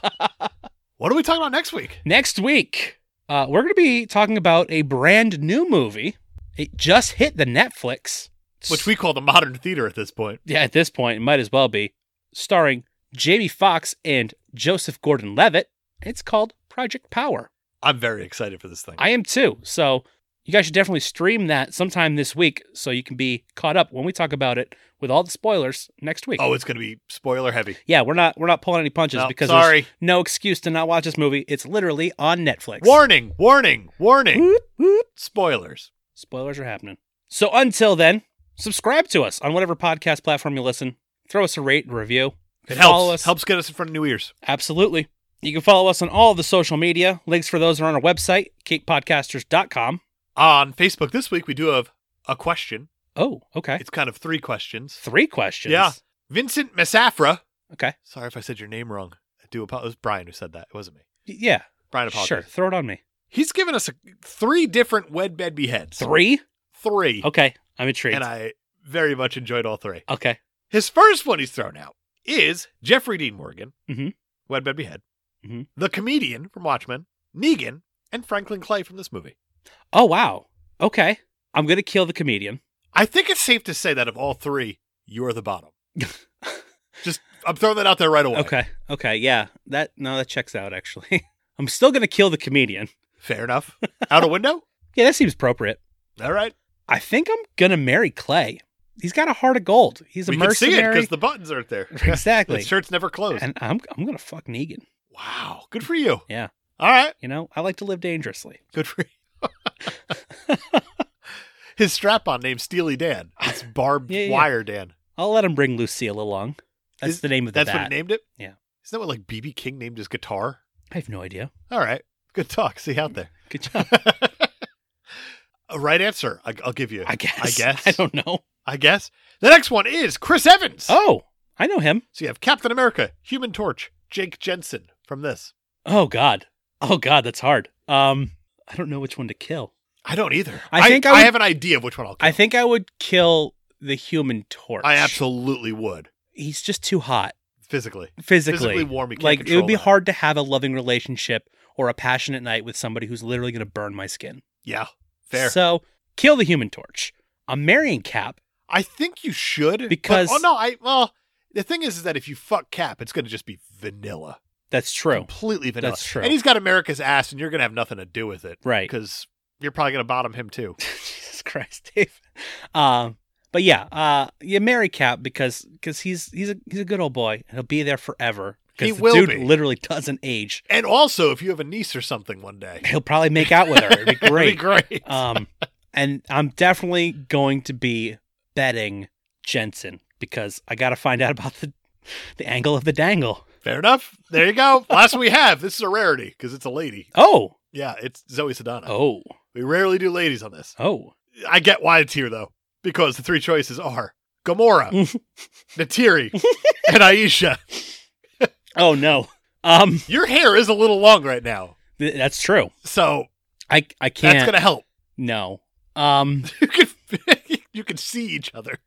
what are we talking about next week? Next week, uh, we're going to be talking about a brand new movie. It just hit the Netflix. Which we call the modern theater at this point. yeah, at this point, it might as well be starring Jamie Foxx and Joseph Gordon-Levitt. It's called Project Power. I'm very excited for this thing. I am too. So you guys should definitely stream that sometime this week so you can be caught up when we talk about it with all the spoilers next week. oh, it's going to be spoiler heavy. yeah, we're not we're not pulling any punches No, because there's sorry. no excuse to not watch this movie. It's literally on Netflix. Warning, warning, warning. Whoop, whoop. Spoilers. Spoilers are happening. So until then, subscribe to us on whatever podcast platform you listen. Throw us a rate and review. It Follow helps. us. Helps get us in front of new ears. Absolutely. You can follow us on all the social media. Links for those are on our website, cakepodcasters.com. On Facebook this week, we do have a question. Oh, okay. It's kind of three questions. Three questions. Yeah. Vincent Massafra. Okay. Sorry if I said your name wrong. I do apologize. It was Brian who said that. It wasn't me. Y- Yeah. Brian apologized. Sure. Throw it on me. He's given us a, three different wed bed beheads. Three? Three. Okay, I'm intrigued. And I very much enjoyed all three. okay, His first one he's thrown out is Jeffrey Dean Morgan, Mhm. Wed Bed Behead, Mhm. the comedian from Watchmen, Negan, and Franklin Clay from this movie. oh wow, okay, I'm gonna kill the comedian. I think it's safe to say that of all three, you're the bottom. Just, I'm throwing that out there right away. Okay, okay, yeah, that no, that checks out actually. I'm still gonna kill the comedian. Fair enough. out a window? Yeah, that seems appropriate. All right. I think I'm gonna marry Clay. He's got a heart of gold. He's a we can see it mercenary. because the buttons aren't there. exactly. His shirt's never closed. And I'm I'm gonna fuck Negan. wow. Good for you. Yeah. All right. You know, I like to live dangerously. Good for you. His strap on named Steely Dan. It's barbed Yeah, yeah, yeah. wire Dan. I'll let him bring Lucille along. That's Is- the name of the That's bat. what he named it? Yeah. Isn't that what like BB King named his guitar? I have no idea. All right. Good talk. See you out there. Good job. A right answer. I, will give you. I guess. I guess. I don't know. I guess. The next one is Chris Evans. Oh, I know him. So you have Captain America, Human Torch, Jake Jensen from this. Oh God. Oh God, that's hard. Um, I don't know which one to kill. I don't either. I think I I, would- have an idea of which one I'll kill. I think I would kill the Human Torch. I absolutely would. He's just too hot Physically. physically. Physically warm. You can't like it would control be that. hard to have a loving relationship or a passionate night with somebody who's literally going to burn my skin. Yeah. Fair. So kill the Human Torch. I'm marrying Cap. I think you should but- Because- oh no, I well the thing is, is that if you fuck Cap, it's going to just be vanilla, That's true. completely vanilla. That's true. And he's got America's ass, and you're going to have nothing to do with it, Right. Because you're probably going to bottom him too. Jesus Christ, Dave. Um, but yeah, uh, you marry Cap because because he's he's a he's a good old boy and he'll be there forever. 'Cause He the will dude be. literally doesn't age. And also, if you have a niece or something one day, he'll probably make out with her. It'd be it'd great. be great. Um, And I'm definitely going to be betting Jensen because I got to find out about the the angle of the dangle. Fair enough. There you go. Last we have. This is a rarity because it's a lady. Oh, Yeah, it's Zoe Sedana. oh, We rarely do ladies on this. oh. I get why it's here though, because the three choices are Gamora, Natiri, and Aisha. Oh no. Um Your hair is a little long right now, th- that's true. so I I can't that's gonna help. no. Um You can you can see each other.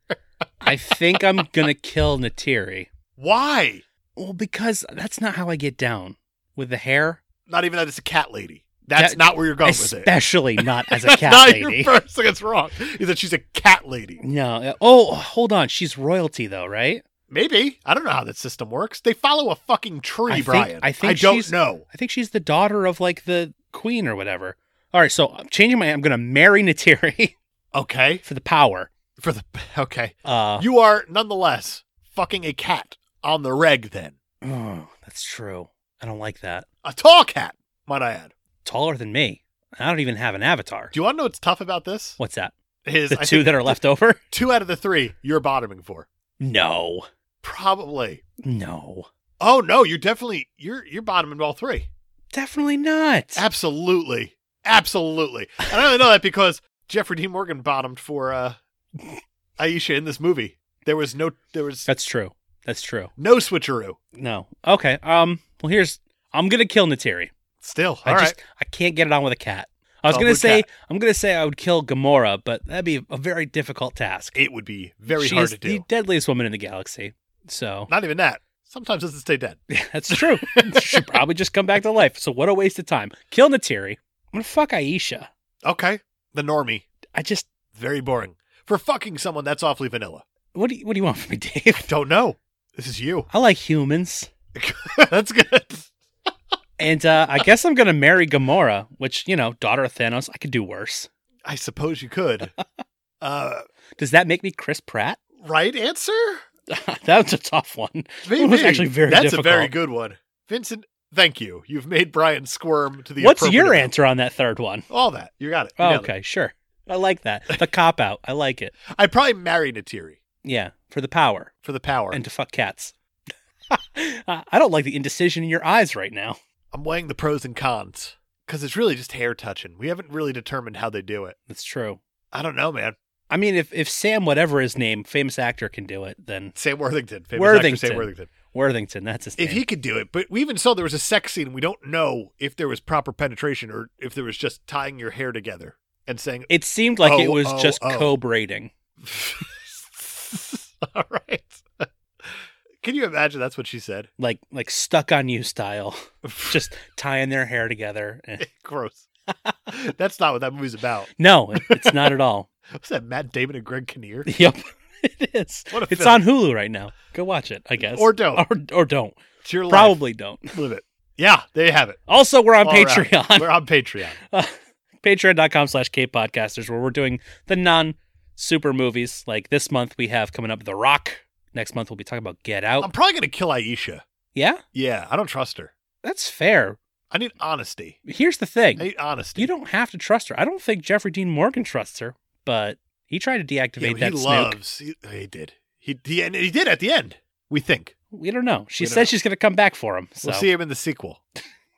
I think I'm going to kill Natiri. Why? Well, because that's not how I get down with the hair, Not even that it's a cat lady. That's That- not where you're going with it. especially not as a That's cat not lady. your first thing that's wrong. Is that she's a cat lady? No. uh, Oh, hold on. She's royalty though, right? Maybe I don't know how that system works. They follow a fucking tree, I think- Brian. I think I don't she's- know. I think she's the daughter of like the queen or whatever. All right, so I'm changing my. I'm gonna marry Natiri Okay, for the power. for the okay. Uh, You are nonetheless fucking a cat on the reg then. oh, that's true. I don't like that. A tall cat, might I add. Taller than me. I don't even have an avatar. Do you want to know what's tough about this? What's that? Is The I two think that are left over? two out of the three you're bottoming for. No, Probably. no, Oh no, you're definitely you're you're bottoming all three. definitely not. Absolutely. Absolutely. And I only know that because Jeffrey Dean Morgan bottomed for uh Aisha in this movie. There was no there was that's true. That's true. no switcheroo. No. Okay. Um. Well, here's. I'm gonna kill Natiri. Still. I all right. just I can't get it on with a cat. I was Oh, gonna with say cat. I'm gonna say I would kill Gamora, but that'd be a very difficult task. It would be very she hard is to do. the deadliest woman in the galaxy. So Not even that. Sometimes doesn't stay dead. that's true. she probably just come back to life. So what a waste of time. Kill Natiri. I'm gonna fuck Aisha. Okay. The normie. I just Very boring. For fucking someone, that's awfully vanilla. what do you, what do you want from me, Dave? Don't know. This is you. I like humans, that's good. and uh, I guess I'm gonna marry Gamora, which you know, daughter of Thanos. I could do worse. I suppose you could. Uh, Does that make me Chris Pratt? right answer? that was a tough one. Maybe. It was actually very That's difficult. a very good one. Vincent, thank you. You've made Brian squirm to the What's appropriate your amount. answer on that third one? All that. You got it. You Oh, nailed it. okay, sure. I like that. The cop out. I like it. I'd probably marry Natiri Yeah, for the power for the power. and to fuck cats. I I don't like the indecision in your eyes right now. I'm weighing the pros and cons because it's really just hair touching. We haven't really determined how they do it. That's true. I don't know, man. I mean, if, if Sam, whatever his name, famous actor, can do it, then Sam Worthington. Famous Actor Worthington. Sam Worthington. Worthington, that's his if name. he could do it but we even saw there was a sex scene we don't know if there was proper penetration or if there was just tying your hair together and saying it seemed like it Oh, was oh, just oh. co-braiding. all right can you imagine that's what she said Like like stuck on you style. just tying their hair together. Eh. gross that's not what that movie's about No, it- it's not at all. was that matt damon and greg kinnear Yep. It is. What a it's film. on Hulu right now. Go watch it, I guess. or don't or, or don't. it's your Probably don't. life. live it yeah there you have it Also, we're on All right. Patreon. we're on patreon Uh, patreon.com slash kpodcasters where we're doing the non super movies like this month we have coming up the rock next month we'll be talking about get out i'm probably gonna kill aisha yeah yeah i don't trust her that's fair i need honesty here's the i thing need honesty you don't have to trust her i don't think jeffrey dean morgan trusts her but he tried to Yeah, deactivate but that he snook loves. He, oh, he did. He, he and he did at the end. We think we don't know she We don't said know. she's going to come back for him so we'll see him in the sequel.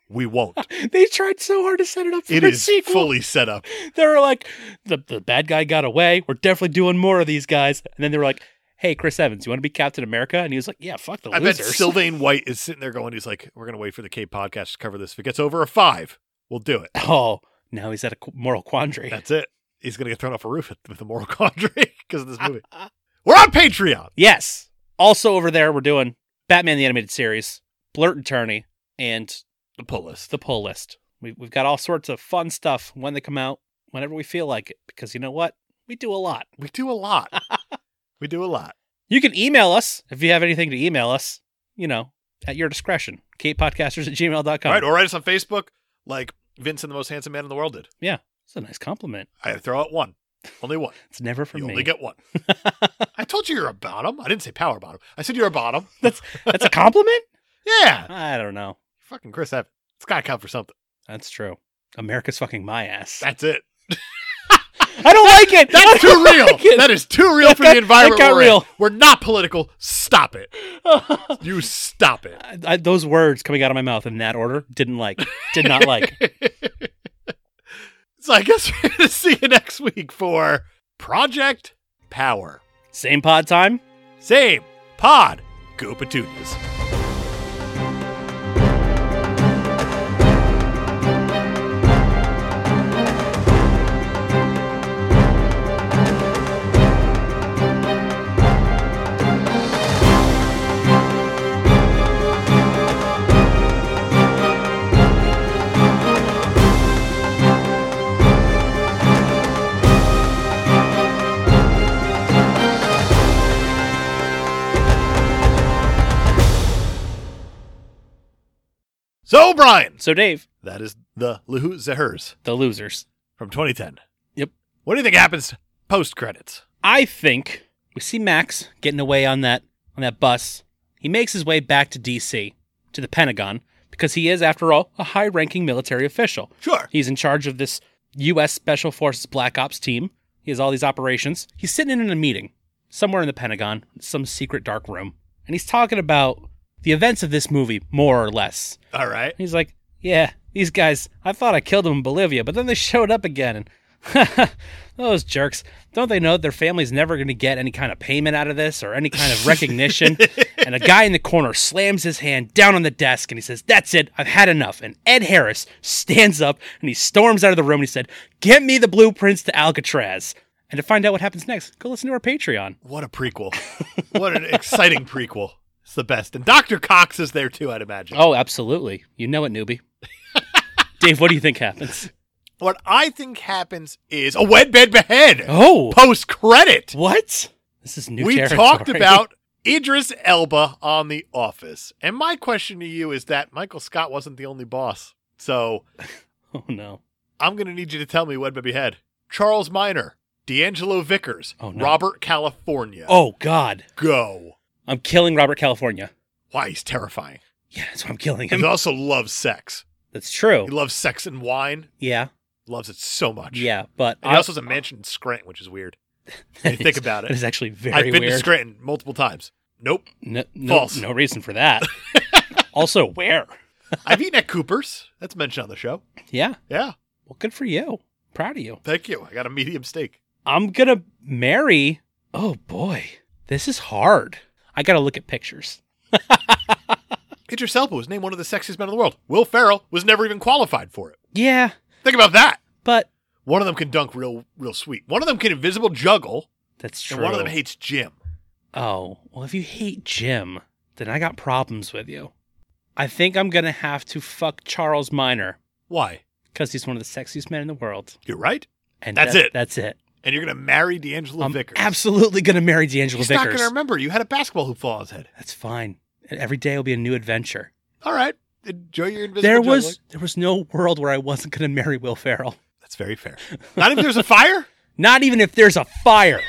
We won't. they tried so hard to set it up for It a is sequel fully set up. they were like the, the bad guy got away we're definitely doing more of these guys and then they were like hey chris evans you want to be captain america and he was like yeah fuck the I bet losers Sylvain White is sitting there going, "He's like, we're gonna wait for the K podcast to cover this. If it gets over a five, we'll do it. Oh, now he's at a qu- moral quandary. That's it. He's gonna get thrown off a roof with the moral quandary because of this Ah. movie. we're on Patreon. yes. Also over there, we're doing Batman the Animated Series, Blurt and Tourney, and The pull list. the pull list. We, we've got all sorts of fun stuff when they come out, whenever we feel like it, because you know what? We do a lot. We do a lot. we do a lot. You can email us if you have anything to email us, you know, at your discretion. KatePodcasters at gmail.com. All right, or write us on Facebook, like Vincent, the most handsome man in the world, did. That's a nice compliment. I throw out one, only one. It's never from you me. only get one. I told you you're a bottom. I didn't say power bottom. I said you're a bottom. That's a compliment? Yeah. I don't know. Fucking Chris Evans. It's got to count for something. That's true. America's fucking my ass. That's it. I don't like it. That's I too don't real. like it. that is too real That for got- the environment that got we're in. real. We're not political. Stop it. you stop it. I, I- those words coming out of my mouth in that order didn't like. Did not like. So I guess we're going to see you next week for Project Power. Same pod time. Same pod. Go Petunias. So, Brian, So Dave, that is the Lahoot Zahers the losers. from 2010. Yep. What do you think happens post credits? I think we see Max getting away on that on that bus. He makes his way back to DC to the Pentagon because he is after all a high-ranking military official. Sure. He's in charge of this US Special Forces Black Ops team. He has all these operations. He's sitting in a meeting somewhere in the Pentagon, some secret dark room, and he's talking about the events of this movie more or less. All right. And he's like, Yeah, these guys, I thought I killed them in Bolivia, but then they showed up again. And those jerks, don't they know that their family's never going to get any kind of payment out of this or any kind of recognition? and a guy in the corner slams his hand down on the desk and he says, That's it, I've had enough. And Ed Harris stands up and he storms out of the room and he said, Get me the blueprints to Alcatraz. And to find out what happens next, go listen to our Patreon. What a prequel. what an exciting prequel. It's the best. And Dr. Cox is there too, I'd imagine. Oh, absolutely. You know it, newbie. Dave, what do you think happens? What I think happens is a wed bed behead Oh. post credit. What? This is new. we territory. talked about Idris Elba on The Office. And my question to you is that Michael Scott wasn't the only boss. So Oh no. I'm going to need you to tell me when baby head. Charles Minor, D'Angelo Vickers, Oh, no. Robert California. Oh God. Go. I'm killing Robert California. Why he's terrifying. Yeah, that's why I'm killing He him. also loves sex. That's He true. loves sex and wine. Yeah, Loves it so much. yeah, but And he also has a mansion in Scranton, which is weird. When you think about It is it. actually I've very been to weird. Scranton multiple times. Nope. No, no, False. no reason for that. also, where? I've eaten at Cooper's. That's mentioned on the show. Yeah. Yeah. Well, good for you. Proud of you. Thank you. I got a medium steak. I'm gonna marry. Oh boy, this is hard. I gotta look at pictures. Idris Elba was named one of the sexiest men in the world. Will Ferrell was never even qualified for it. Yeah, Think about that. but One of them can dunk real, real sweet. One of them can invisible juggle, that's true. and one of them hates Jim. Oh, well, if you hate Jim, then I got problems with you. I think I'm going to have to fuck Charles Minor Why? because he's one of the sexiest men in the world. You're right. And That's that- it. That's it. And you're going to marry D'Angelo I'm Vickers. Um, absolutely going to marry D'Angelo He's not Vickers. going to remember. You had a basketball hoop fall on his head. that's fine. Every day will be a new adventure. All right. Enjoy your invisible There juggling. was there was no world where I wasn't going to marry Will Ferrell. That's very fair. Not if there's a fire? Not even if there's a fire.